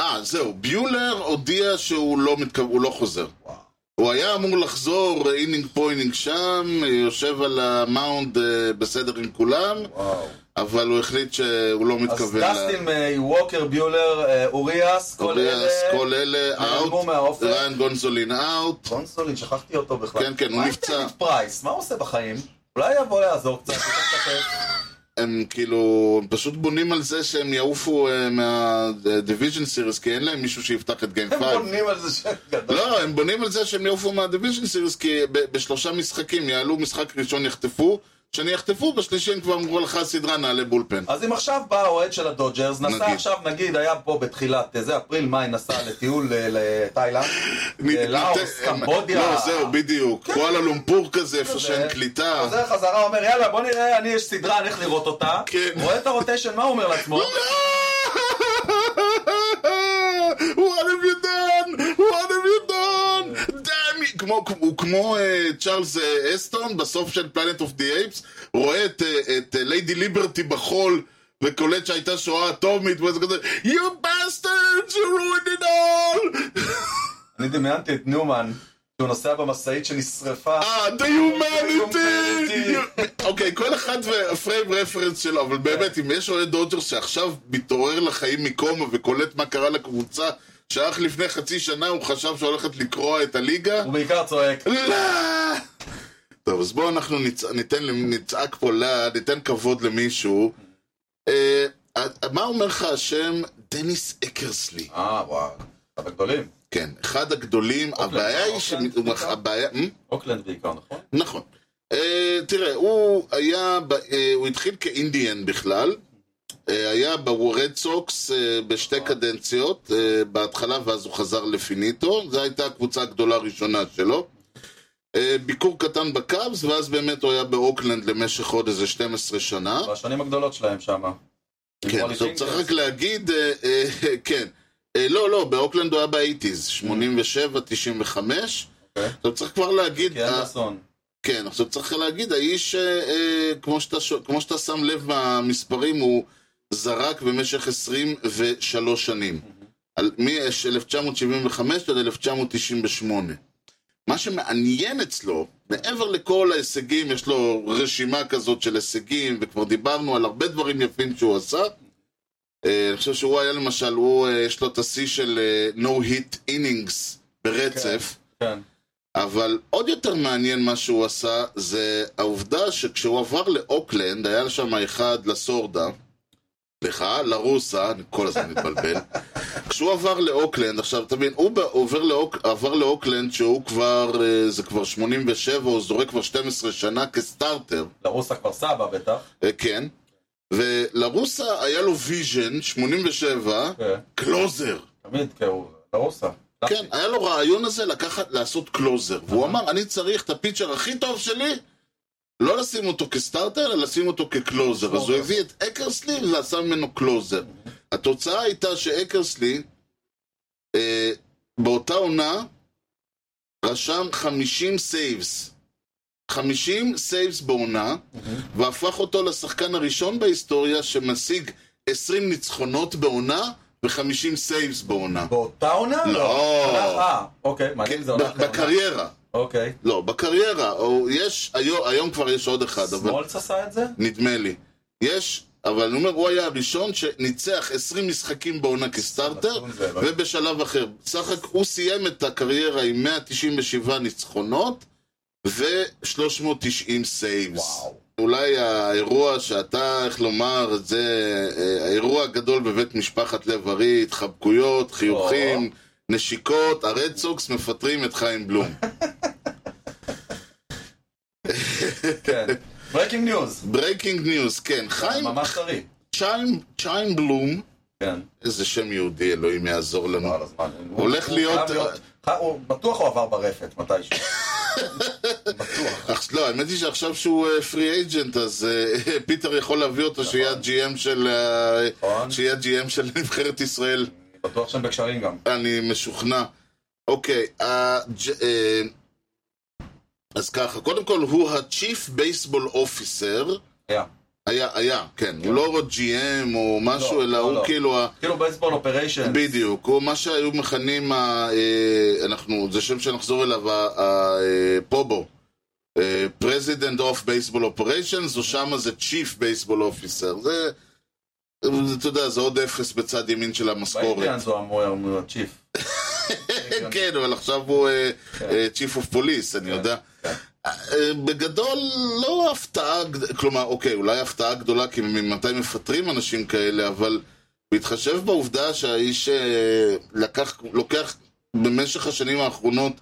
אה, זהו, ביולר הודיע שהוא לא, מתקו... הוא לא חוזר. וואו. הוא היה אמור לחזור אינינג פה אינינג שם, אה, יושב על המאונד אה, בסדר עם כולם, וואו. אבל הוא החליט שהוא לא אז מתכוון... דסטין, אה, ווקר, ביולר, אה, אוריאס, כל אלה. אז כל אלה נעלמו אאוט, מהאופק. ריין גונזולין אאוט, קונסולין, שכחתי אותו בכלל. כן, כן, הוא מה עם נפצע. דייוויד פרייס, מה הוא עושה בחיים? אולי יבוא לעזור קצת, ייקח את הכיף. הם כאילו, הם פשוט בונים על זה שהם יעופו מהדיוויז'ן סיריס, כי אין להם מישהו שיפתח את גיים הם 5. בונים על זה שם גדול. לא, הם בונים על זה שהם יעופו מהדיוויז'ן סיריס, כי ב- בשלושה משחקים יעלו משחק ראשון יחטפו, שני יחטפו, בשלישי הם כבר אמרו לך הסדרה נעלה בולפן. אז אם עכשיו בא האוהד של הדודג'רס, נסע נגיד. עכשיו, נגיד, היה פה בתחילת, אה, זה אפריל-מאי, נסע לטיול אה, לתאילנד, נת- אה, לאוס, נת- קמבודיה. כן. לא, זהו, בדיוק. קואלה לומפור כזה, איפה שאין קליטה. חוזר חזרה, אומר, יאללה, בוא נראה, אני, יש סדרה, אני הולך לראות אותה. כן. לא, רואה את הרוטשן, מה הוא אומר לעצמו? What have you done? What have you done? Damn it! כמו, הוא כמו אה, צ'ארלס אה, אסטון בסוף של פלנט אוף די אייפס, רואה את, אה, את אה, ליידי ליברטי בחול וקולט שהייתה שואה אטומית וזה כזה You bastards, you ruined it all! אני דמיינתי את ניומן, שהוא נוסע במשאית שנשרפה. אה, the humanity! humanity. אוקיי, כל אחד והפריים רפרנס שלו, אבל באמת, אם יש אוהד דודג'רס שעכשיו מתעורר לחיים מקומה וקולט מה קרה לקבוצה, שאך לפני חצי שנה הוא חשב שהולכת לקרוע את הליגה, הוא בעיקר צועק. לא! טוב, אז בואו אנחנו נצ... ניתן, למ- נצעק פה לה, ניתן כבוד למישהו. אה, מה אומר לך השם דניס אקרסלי? אה, וואו, אתה בגדולים. כן, אחד הגדולים, אוקלנד, הבעיה היא ש... אוקלנד, סליחה. הבעיה... אמ? מ? אוקלנד בעיקר, נכון? נכון. אה, תראה, הוא היה, ב- אה, הוא התחיל כאינדיאן בכלל, אה, היה בוורד סוקס אה, בשתי קדנציות, אה, בהתחלה ואז הוא חזר לפיניטו, זו הייתה הקבוצה הגדולה הראשונה שלו. אה, ביקור קטן בקאבס, ואז באמת הוא היה באוקלנד למשך עוד איזה 12 שנה. בשנים הגדולות שלהם שם. כן, אז הוא צריך רק להגיד, אה, אה, כן. אה, לא, לא, באוקלנד הוא היה באייטיז, 87, 95. אוקיי. עכשיו צריך כבר להגיד, אה, כי אנדרסון. כן, עכשיו צריך להגיד, האיש, אה, אה, כמו, שאתה, ש- כמו שאתה שם לב מהמספרים, הוא זרק במשך 23 שנים. על- מ-1975 עד 1998. מה שמעניין אצלו, מעבר לכל ההישגים, יש לו רשימה כזאת של הישגים, וכבר דיברנו על הרבה דברים יפים שהוא עשה. אה, אני חושב שהוא היה למשל, הוא, אה, יש לו את השיא של אה, no hit innings ברצף. כן. אבל עוד יותר מעניין מה שהוא עשה, זה העובדה שכשהוא עבר לאוקלנד, היה שם אחד לסורדה, סליחה, לרוסה, אני כל הזמן מתבלבל. כשהוא עבר לאוקלנד, עכשיו תבין, הוא ב- עובר לאוק, עבר לאוקלנד שהוא כבר, אה, זה כבר 87, הוא זורק כבר 12 שנה כסטארטר, לרוסה כבר סבא בטח. אה, כן. ולרוסה היה לו ויז'ן, 87, כן. קלוזר. תמיד כאילו, לרוסה. כן, היה לו רעיון הזה לקחת, לעשות קלוזר. והוא אמר, אני צריך את הפיצ'ר הכי טוב שלי, לא לשים אותו כסטארטר, אלא לשים אותו כקלוזר. אז הוא הביא את אקרסלי ועשה ממנו קלוזר. התוצאה הייתה שאקרסלי אה, באותה עונה רשם 50 סייבס. 50 סייבס בעונה, והפך אותו לשחקן הראשון בהיסטוריה שמשיג 20 ניצחונות בעונה ו-50 סייבס בעונה. באותה עונה? לא. אה, אוקיי, מעניין, כן, זה עונה ב- אחרי עונה. בקריירה. אוקיי. לא, בקריירה. או יש, היום, היום כבר יש עוד אחד, אבל סמולץ עשה את זה? נדמה לי. יש, אבל אני אומר, הוא היה הראשון שניצח 20 משחקים בעונה כסטארטר, נתון זה, לא- ובשלב אחר. סך הכ... הוא סיים את הקריירה עם 197 ניצחונות ו-390 סייבס. וואו. אולי האירוע שאתה, איך לומר, זה אה, האירוע הגדול בבית משפחת לב ארי, התחבקויות, חיוכים, נשיקות, הרד סוקס מפטרים את חיים בלום. כן. ברייקינג ניוז. ברייקינג ניוז, כן. חיים אה, ממש טרי. צ'יים, צ'יים בלום, כן. איזה שם יהודי, אלוהים יעזור לנו. לא, על הזמן. הוא- הולך הוא להיות- אה, חייב ח- הוא בטוח הוא עבר ברפת, מתישהו. בטוח. אך, לא, האמת היא שעכשיו שהוא פרי אייג'נט, אז אה, פיטר יכול להביא אותו שיהיה ה-GM של אה, נכון. שיהיה ה-GM של נבחרת ישראל. בטוח שהם בקשרים גם. אני משוכנע. אוקיי, הג'- אה, אז ככה, קודם כל הוא ה-Chief Baseball Officer. היה. היה, היה, כן. הוא לא עוד GM או משהו, לא, אלא לא, הוא לא. כאילו ה... כאילו בייסבול אופריישן. בדיוק, הוא מה שהיו מכנים, ה- אה, אנחנו, זה שם שנחזור אליו, ה- ה- אה, פובו. אה, President of Baseball Operations, או שמה זה Chief Baseball Officer. זה, אתה יודע, זה עוד אפס בצד ימין של המשכורת. באינדיאנס הוא אמור להיות צ'יף. כן, אבל עכשיו הוא אה, אה, Chief of Police, אני יודע. אה, בגדול, לא הפתעה, גד- כלומר, אוקיי, אולי הפתעה גדולה, כי ממתי מפטרים אנשים כאלה, אבל בהתחשב בעובדה שהאיש אה, לקח, לוקח במשך השנים האחרונות,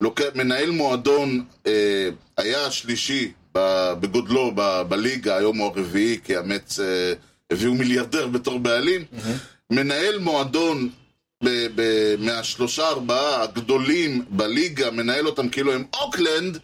לוקח, מנהל מועדון אה, היה השלישי ב- בגודלו ב- בליגה, היום הוא הרביעי, כי המץ אה, הביאו מיליארדר בתור בעלים, מנהל מועדון ב- ב- מהשלושה ארבעה הגדולים בליגה, מנהל אותם כאילו הם אוקלנד,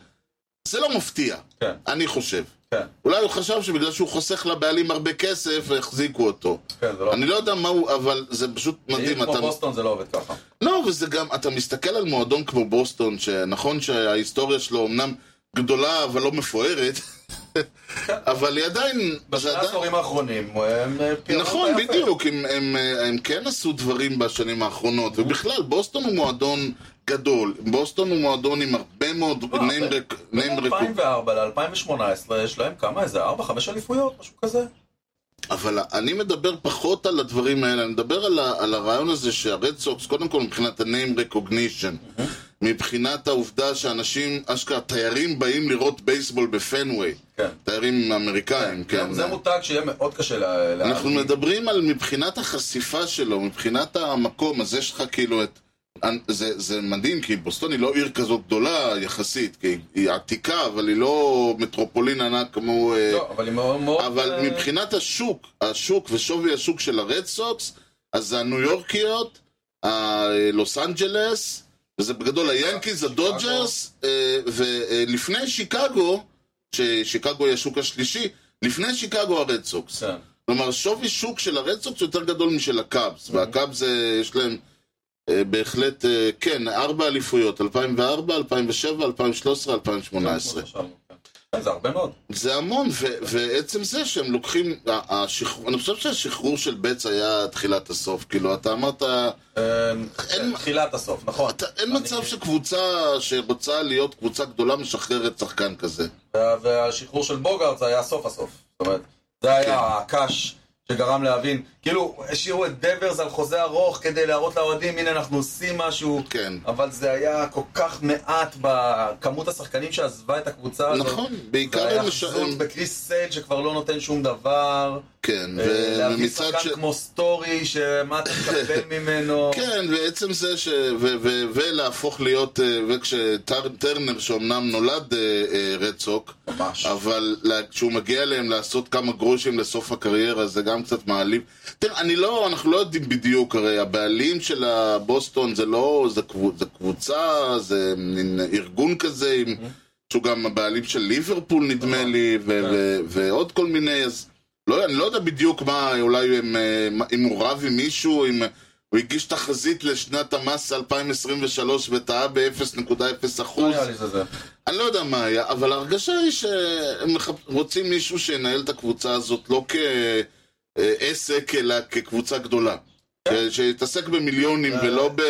זה לא מפתיע, כן, אני חושב. כן, אולי הוא חשב שבגלל שהוא חוסך לבעלים הרבה כסף, החזיקו אותו. כן, זה לא... אני לא יודע מה הוא, אבל זה פשוט מדהים. עיר כמו אתה... בוסטון זה לא עובד ככה. לא, וזה גם, אתה מסתכל על מועדון כמו בוסטון, שנכון שההיסטוריה שלו אמנם גדולה, אבל לא מפוארת, אבל היא עדיין... זה בשני עדיין- העשורים האחרונים הם... אה, פיארו נכון, אותה יפה. בדיוק, הם, הם, אה, הם כן עשו דברים בשנים האחרונות, ובכלל, בוסטון הוא מועדון גדול, בוסטון הוא מועדון עם הרבה מאוד לא, name אבל- rec- בין name record, 2004 ל-2018 יש להם כמה, איזה 4-5 אליפויות, משהו כזה. אבל אני מדבר פחות על הדברים האלה, אני מדבר על, ה, על הרעיון הזה שהרד סוקס, קודם כל מבחינת ה-name recognition, מבחינת העובדה שאנשים, אשכרה, תיירים באים לראות בייסבול בפנוויי, כן. תיירים אמריקאים, כן. זה מותג שיהיה מאוד קשה ל... אנחנו לה- מדברים על מבחינת החשיפה שלו, מבחינת המקום, אז יש לך כאילו את... זה, זה מדהים, כי בוסטון היא לא עיר כזאת גדולה יחסית, כי היא עתיקה, אבל היא לא מטרופולין ענק כמו... אה, לא, אבל היא מאוד... מאוד, אה, אבל מבחינת השוק, השוק ושווי השוק של הרד סוקס, אז זה הניו יורקיות, הלוס אנג'לס, וזה בגדול היאנקיז, הדודג'רס, אה, ולפני שיקגו, ששיקגו היא השוק השלישי, לפני שיקגו הרד סוקס. כן. כלומר, שווי שוק של הרד סוקס יותר גדול משל הקאבס, Mm-hmm. והקאבס אה, יש להם אה, בהחלט, אה, כן, ארבע אליפויות, 2004, 2007, 2013, 2018. כמו שחשבנו, כן. כן, זה הרבה מאוד. זה המון, ו- ועצם זה שהם לוקחים, ה- השחרור, אני חושב שהשחרור של בץ היה תחילת הסוף, כאילו, אתה אמרת, אה, תחילת הסוף, נכון. אתה, אין אני- מצב שקבוצה שרוצה להיות קבוצה גדולה משחררת שחקן כזה. וה- והשחרור של בוגארד זה היה סוף הסוף. זאת אומרת, זה היה כן. הקש שגרם להבין. כאילו, השאירו את דברס על חוזה ארוך כדי להראות לאוהדים, הנה אנחנו עושים משהו. כן. אבל זה היה כל כך מעט בכמות השחקנים שעזבה את הקבוצה הזאת. נכון, זה בעיקר היה הם חזון משלמים, בקריס סייד שכבר לא נותן שום דבר. כן, אה, להביא ומצד שחקן ש... כמו סטורי, שמה אתה מקבל ממנו. כן, ועצם זה ש... ו- ו- ולהפוך להיות, אה, וכשטרנר, שאומנם נולד אה, אה, רדסוק, ממש. אבל לה- כשהוא מגיע אליהם לעשות כמה גרושים לסוף הקריירה, זה גם קצת מעליב. תראה, אני לא, אנחנו לא יודעים בדיוק, הרי הבעלים של הבוסטון זה לא, זה, קבוצ, זה קבוצה, זה מין ארגון כזה, עם, שהוא גם הבעלים של ליברפול נדמה אה, לי, ו- כן. ו- ועוד כל מיני, אז לא, אני לא יודע בדיוק מה, אולי הם, אה, מה- אם הוא רב עם מישהו, אם... הוא הגיש תחזית לשנת המס 2023 וטעה ב-0.0%. לא נראה לי זה זה. אני לא יודע מה היה, אבל ההרגשה היא שהם מחפ- רוצים מישהו שינהל את הקבוצה הזאת לא כעסק, אלא כקבוצה גדולה. ש- שיתעסק במיליונים אה. ולא, ב...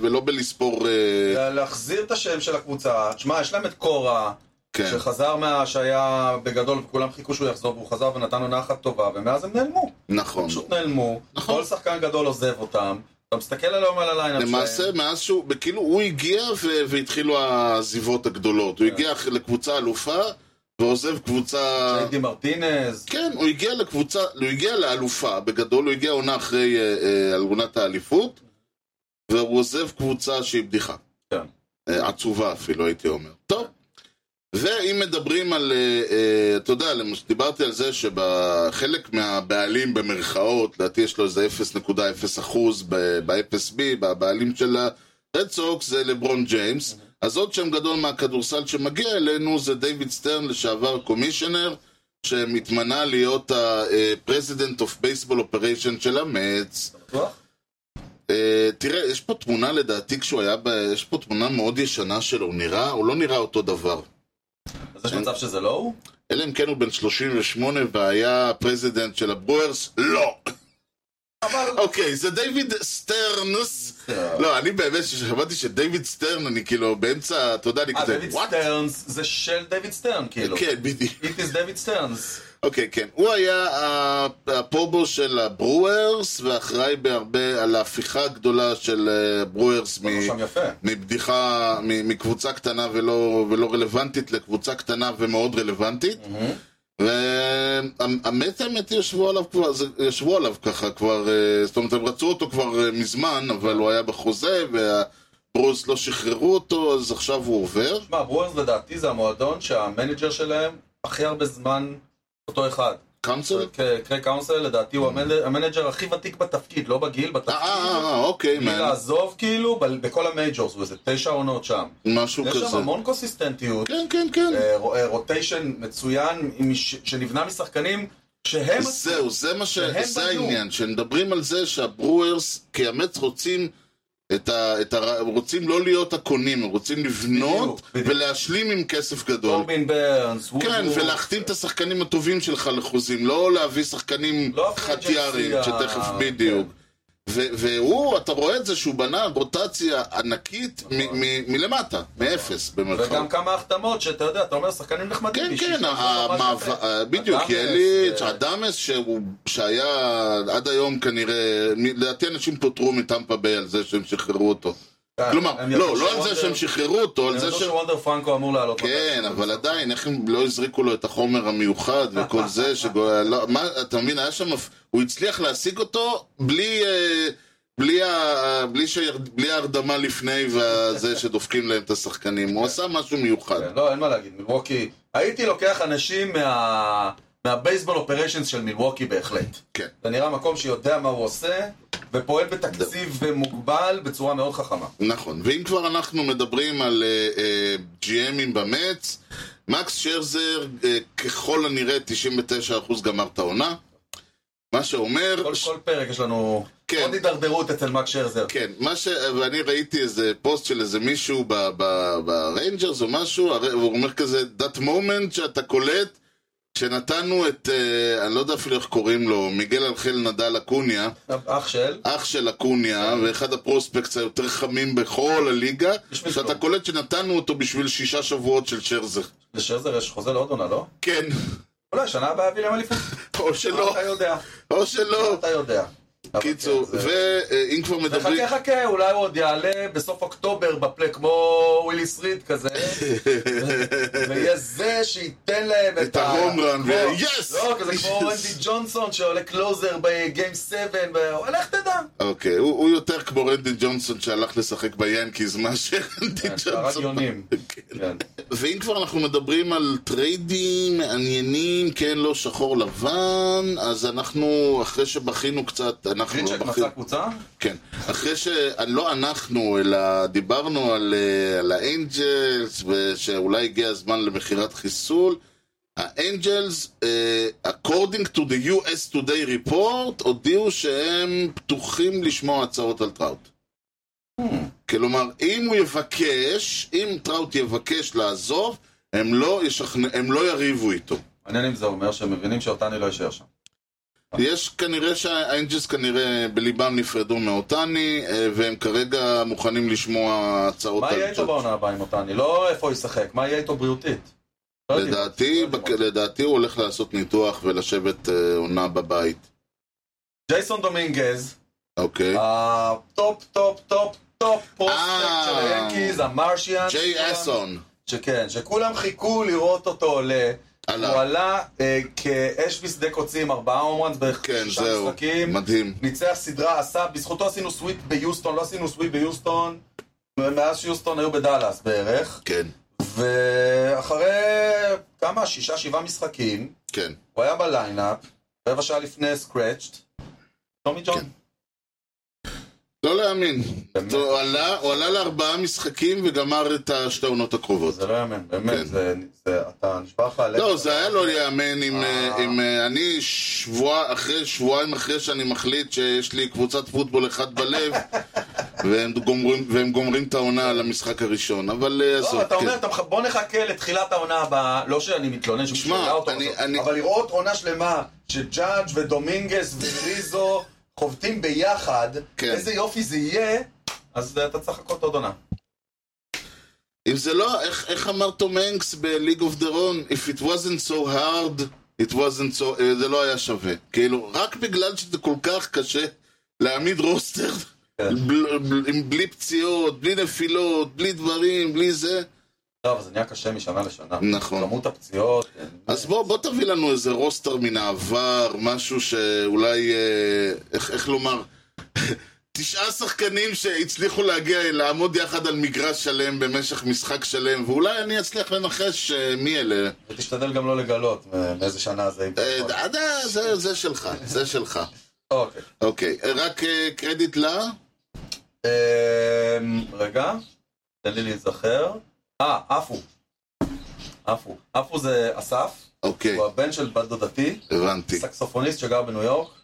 ולא בלספור... אה, לה- להחזיר את השם של הקבוצה. תשמע, יש להם את קורה, כן. שחזר מה... שהיה בגדול, וכולם חיכו שהוא יחזור, והוא חזר ונתן עונה אחת טובה, ומאז הם נעלמו. נכון. פשוט נעלמו, נכון. כל שחקן גדול עוזב אותם, אתה מסתכל עליהם על הליינאפ למעשה, שלהם. מאז שהוא, כאילו, הוא הגיע ו- והתחילו העזיבות הגדולות. הוא כן. הגיע לקבוצה אלופה, ועוזב קבוצה... ג'יידי מרטינז, כן, הוא הגיע לקבוצה, הוא הגיע לאלופה, בגדול הוא הגיע עונה אחרי אה, אה, על עונת האליפות, והוא עוזב קבוצה שהיא בדיחה. כן. אה, עצובה אפילו, הייתי אומר. טוב. ואם מדברים על, אה, אה, אתה יודע, למש- דיברתי על זה שבחלק מהבעלים במרכאות, לדעתי יש לו איזה 0.0 אחוז ב-FSB, בבעלים של הרד סוקס זה לברון ג'יימס. אז עוד שם גדול מהכדורסל שמגיע אלינו זה דיוויד סטרן, לשעבר קומישיונר, שמתמנה להיות ה-President of Baseball Operation של המץ. בטוח? אה, תראה, יש פה תמונה לדעתי כשהוא היה ב... יש פה תמונה מאוד ישנה שלו, הוא נראה, הוא לא נראה אותו דבר. אז כן. יש מצב שזה לא הוא? אלא אם כן הוא בן 38 והיה הפרזידנט של הברוארס, לא. אבל... אה, אוקיי, זה דיוויד סטרנס. לא, אני באמת, כששמעתי שדיוויד סטרן, אני כאילו באמצע, אתה יודע, אני אה, כזה, דויד "What?" סטרנס זה של דויד סטרן, כאילו. כן, בדיוק. It is דויד סטרנס. אוקיי, כן. הוא היה ה- הפובו של הברוארס, ואחראי בהרבה על ההפיכה הגדולה של אה, הברוארס מ... הוא שם יפה. מבדיחה, מ- מקבוצה קטנה ולא, ולא רלוונטית לקבוצה קטנה ומאוד רלוונטית. והמת האמת היא ישבו עליו כבר, זה- ישבו עליו ככה כבר, אה, זאת אומרת הם רצו אותו כבר אה, מזמן, אבל הוא היה בחוזה והברוס לא שחררו אותו, אז עכשיו הוא עובר. תשמע, הברוארס לדעתי זה המועדון שהמנג'ר שלהם הכי הרבה זמן אותו אחד. קאמצל? ק- קרי קאונסל לדעתי הוא המנ- המנג'ר הכי ותיק בתפקיד, לא בגיל, Mm. אה, אה, בתפקיד. אה, אוקיי, בלי מה- לעזוב כאילו, ב- בכל המייג'ורס, הוא איזה תשע עונות שם. משהו יש כזה. שם המון קונסיסטנטיות, כן, כן, כן. אה, רו- אה, רוטיישן מצוין עם- ש- שנבנה משחקנים שהם... זהו, זה מה ש... שהם זה בנו. העניין, שמדברים על זה שהברוארס כיאמץ רוצים את ה... את ה... הם רוצים לא להיות הקונים, הם רוצים לבנות בדיוק, בדיוק. ולהשלים עם כסף גדול. קורבין ברנס, וודווד. כן, ולהחתים את השחקנים הטובים שלך לחוזים, לא להביא שחקנים לא הפרנצ'ייזי חטיארים, ה- שתכף כן. בדיוק. ו- והוא, אתה רואה את זה שהוא בנה רוטציה ענקית מ- מ- מלמטה, מאפס במרכאות. וגם כמה החתמות שאתה יודע, אתה אומר שחקנים נחמדים. כן, בשביל כן, שזה ממש המעבר, יפה. אה, בדיוק, אדמס, יאליץ', אה, אדמס, שהוא- שהיה עד היום כנראה, מ- לדעתי אנשים פוטרו מטמפה ביי על זה שהם שחררו אותו. כן, כלומר, הם ידעו לא, לא על זה שוונדר- שהם שחררו אותו, על הם זה ידעו ש... שוונדר פרנקו אמור לעלות. כן, מתי. אבל עדיין, איך הם לא הזריקו לו את החומר המיוחד אה, וכל זה, שגו... לא, מה, אתה מבין, היה שם... הוא הצליח להשיג אותו בלי... אה, בלי, ה... בלי, ש... בלי ההרדמה לפני וזה שדופקים להם את השחקנים, הוא עשה משהו מיוחד. כן, לא, אין מה להגיד, מילווקי. הייתי לוקח אנשים מה... מהבייסבול אופריישנס של מילווקי בהחלט. כן. זה נראה מקום שיודע מה הוא עושה, ופועל בתקציב מוגבל בצורה מאוד חכמה. נכון, ואם כבר אנחנו מדברים על אה, ג'י.אמים במץ, מקס שרזר אה, ככל הנראה 99% גמר את העונה, מה שאומר... כל, ש- כל פרק יש לנו כן. עוד הידרדרות אצל מק שרזר. כן, מה ש... ואני ראיתי איזה פוסט של איזה מישהו ב- ב- בריינג'רס או משהו, הרי- והוא אומר כזה, that moment שאתה קולט, שנתנו את, אה, אני לא יודע אפילו איך קוראים לו, מיגל אלחל נדל אקוניה, אח של, אח של כן. אקוניה, ואחד הפרוספקטס היותר חמים בכל הליגה, בשביל שאתה כלום. קולט שנתנו אותו בשביל שישה שבועות של שרזר. לשרזר יש חוזה לעוד עונה, לא? כן, אולי שנה הבאה יביא להם אליפות. או שלא, אתה יודע, או שלא. אתה יודע. אבל לא. קיצור, כן, זה- ואם כבר מדברים... וחכה חכה, אולי הוא עוד יעלה בסוף אוקטובר בפלי כמו וויליס ריד כזה, ויהיה זה שייתן להם את, את ההום רן, כמו- ו- "Yes!" לא, כזה כמו Yes. רנדי ג'ונסון שעולה קלוזר בגיים 7, לך תדע. אוקיי, הוא הוא יותר כמו רנדי ג'ונסון שהלך לשחק ביאנקיז מאשר כן, רנדי ג'ונסון. הרדיונים. כן. ואם כבר אנחנו מדברים על טריידים מעניינים, כן, לא שחור לבן, אז אנחנו, אחרי שבכינו קצת, אנחנו לא גרינצ'ק בכינו. מצא קבוצה? כן. אחרי ש... לא אנחנו, אלא דיברנו על, אה, על האנג'לס, ושאולי הגיע הזמן למכירת חיסול, האנג'לס, אה, according to the US Today report, הודיעו שהם פתוחים לשמוע הצעות על טראוט. כלומר, אם הוא יבקש, אם טראוט יבקש לעזוב, הם לא, ישכנ... הם לא יריבו איתו. מעניין אם זה אומר שהם מבינים שאותני לא יישאר שם. יש כנראה שהאנג'לס כנראה בליבם נפרדו מאותני, אה, והם כרגע מוכנים לשמוע הצעות מה יהיה איתו טראוט. בעונה הבאה עם אותני? לא איפה הוא ישחק, מה יהיה איתו בריאותית? לא יודעים. לדעתי, בק... לדעתי הוא הולך לעשות ניתוח ולשבת אה, עונה בבית. ג'ייסון דומינגז, אוקיי. אה, הטופ טופ טופ טופ אה. פרוספקט של היאנקיז, המרשיאן. ג'יי אסון. שכן, שכולם חיכו לראות אותו עולה. עלה. הוא עלה אה, כאש בשדה קוצים, ארבעה הומרנס בערך כן, שישה זהו. משחקים. מדהים. ניצח סדרה, עשה, בזכותו עשינו סוויט ביוסטון, לא עשינו סוויט ביוסטון. מאז שיוסטון היו בדאלאס בערך. כן, ואחרי כמה? שישה, שבעה משחקים, כן. הוא היה בליינאפ, רבע שעה לפני סקרצ'ט. טומי כן. ג'ון. לא להאמין. באמת? הוא עלה, הוא עלה לארבעה משחקים וגמר את השתי עונות הקרובות. זה לא יאמן, כן. באמת, זה, זה, אתה נשבע לך הלב. לא, זה היה לא ייאמן אם, אה. אה, אם אה, אני שבוע אחרי, שבועיים אחרי שאני מחליט שיש לי קבוצת פוטבול אחת בלב והם גומרים, והם גומרים את העונה על המשחק הראשון, אבל אה, לא, עזוב, אתה אומר, כן. אתה מח- בוא נחכה לתחילת העונה הבאה, לא שאני מתלונן שהוא שמע, שאלה אותו, אני- בסוף, אני- אבל לראות עונה שלמה שג'אדג' ודומינגס וריזו חובטים ביחד, כן. איזה יופי זה יהיה, אז אתה צריך לחכות עוד עונה. אם זה לא, איך, איך אמר תום הנקס ב-League of the Run, If it wasn't so hard, it wasn't so, אה, זה לא היה שווה. כאילו, רק בגלל שזה כל כך קשה להעמיד רוסטר כן. בל- בל- עם- בלי פציעות, בלי נפילות, בלי דברים, בלי זה. לא, אבל זה נהיה קשה משנה לשנה. נכון. כמות הפציעות. אז בוא, בוא תביא לנו איזה רוסטר מן העבר, משהו שאולי, אה, איך, איך לומר, תשעה שחקנים שהצליחו להגיע, לעמוד יחד על מגרש שלם במשך משחק שלם, ואולי אני אצליח לנחש אה, מי אלה. ותשתדל גם לא לגלות אה, מאיזה שנה זה. אם אתה אה, יכול. עד ה- זה- זה שלך, זה שלך. אוקיי. אוקיי, אה, רק אה, קרדיט לה? אמ, רגע, תן לי להיזכר. אה, עפו. עפו. עפו זה אסף, אוקיי, הוא הבן של בת דודתי, הבנתי. סקסופוניסט שגר בניו יורק.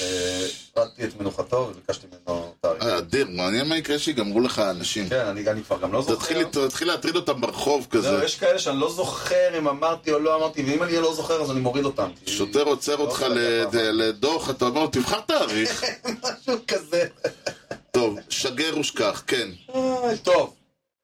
אה, הפרדתי את מנוחתו וביקשתי ממנו תאריך. אה, אדיר, מעניין מה יקרה שיגמרו לך האנשים. כן, אני אני כבר גם לא זוכר. תתחיל לת- תתחיל להטריד אותם ברחוב זהו, כזה. יש כאלה שאני לא זוכר אם אמרתי או לא אמרתי, ואם אני לא זוכר אז אני מוריד אותם. כי- שוטר עוצר אותך לא לד- יודע מה. לדוח, אתה אומר, תבחר תאריך. משהו כזה. טוב, שגר ושכח, כן. אה, טוב,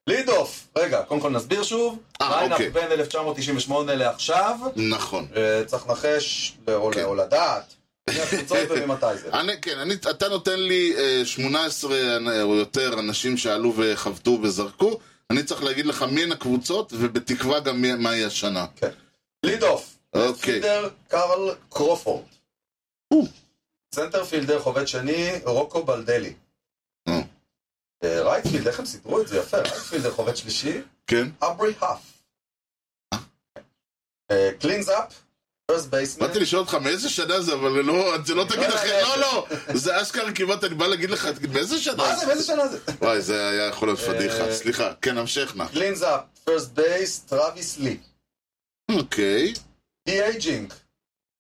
לידוף. רגע, קודם כל נסביר שוב. אה, ליינאפ אוקיי. בין 1998 לעכשיו. נכון. אה, צריך לנחש, ל- או כן. ל- או לדעת, מי הקבוצות וממתי זה. אני, כן, אני, אתה נותן לי אה, 18 אנ- או יותר אנשים שעלו וחבטו וזרקו, אני צריך להגיד לך מי הן הקבוצות, ובתקווה גם מי- מהי השנה. לידוף. אוקיי. סנטרפילדר קרל קרופורד. או. סנטרפילדר חובד שני, רוקו בלדלי. או. אה, רייטפילד, איך הם סידרו את זה? יפה, רייטפילדר חובד שלישי, כן? אברי האף. אה. קלינס אפ, פרס בייסמן. באתי לשאול אותך מאיזה שנה זה, אבל לא, זה לא תגיד לא, אחי, לא, לא, לא, זה אשכרה כמעט, אני בא להגיד לך, מאיזה שנה מה זה? זה? באיזה שנה זה? וואי, זה היה יכול להיות פדיחה, אה. סליחה, כן, המשך נא. קלינס אפ, פרס בייס, טראביס לי. אוקיי, די אייג'ינג,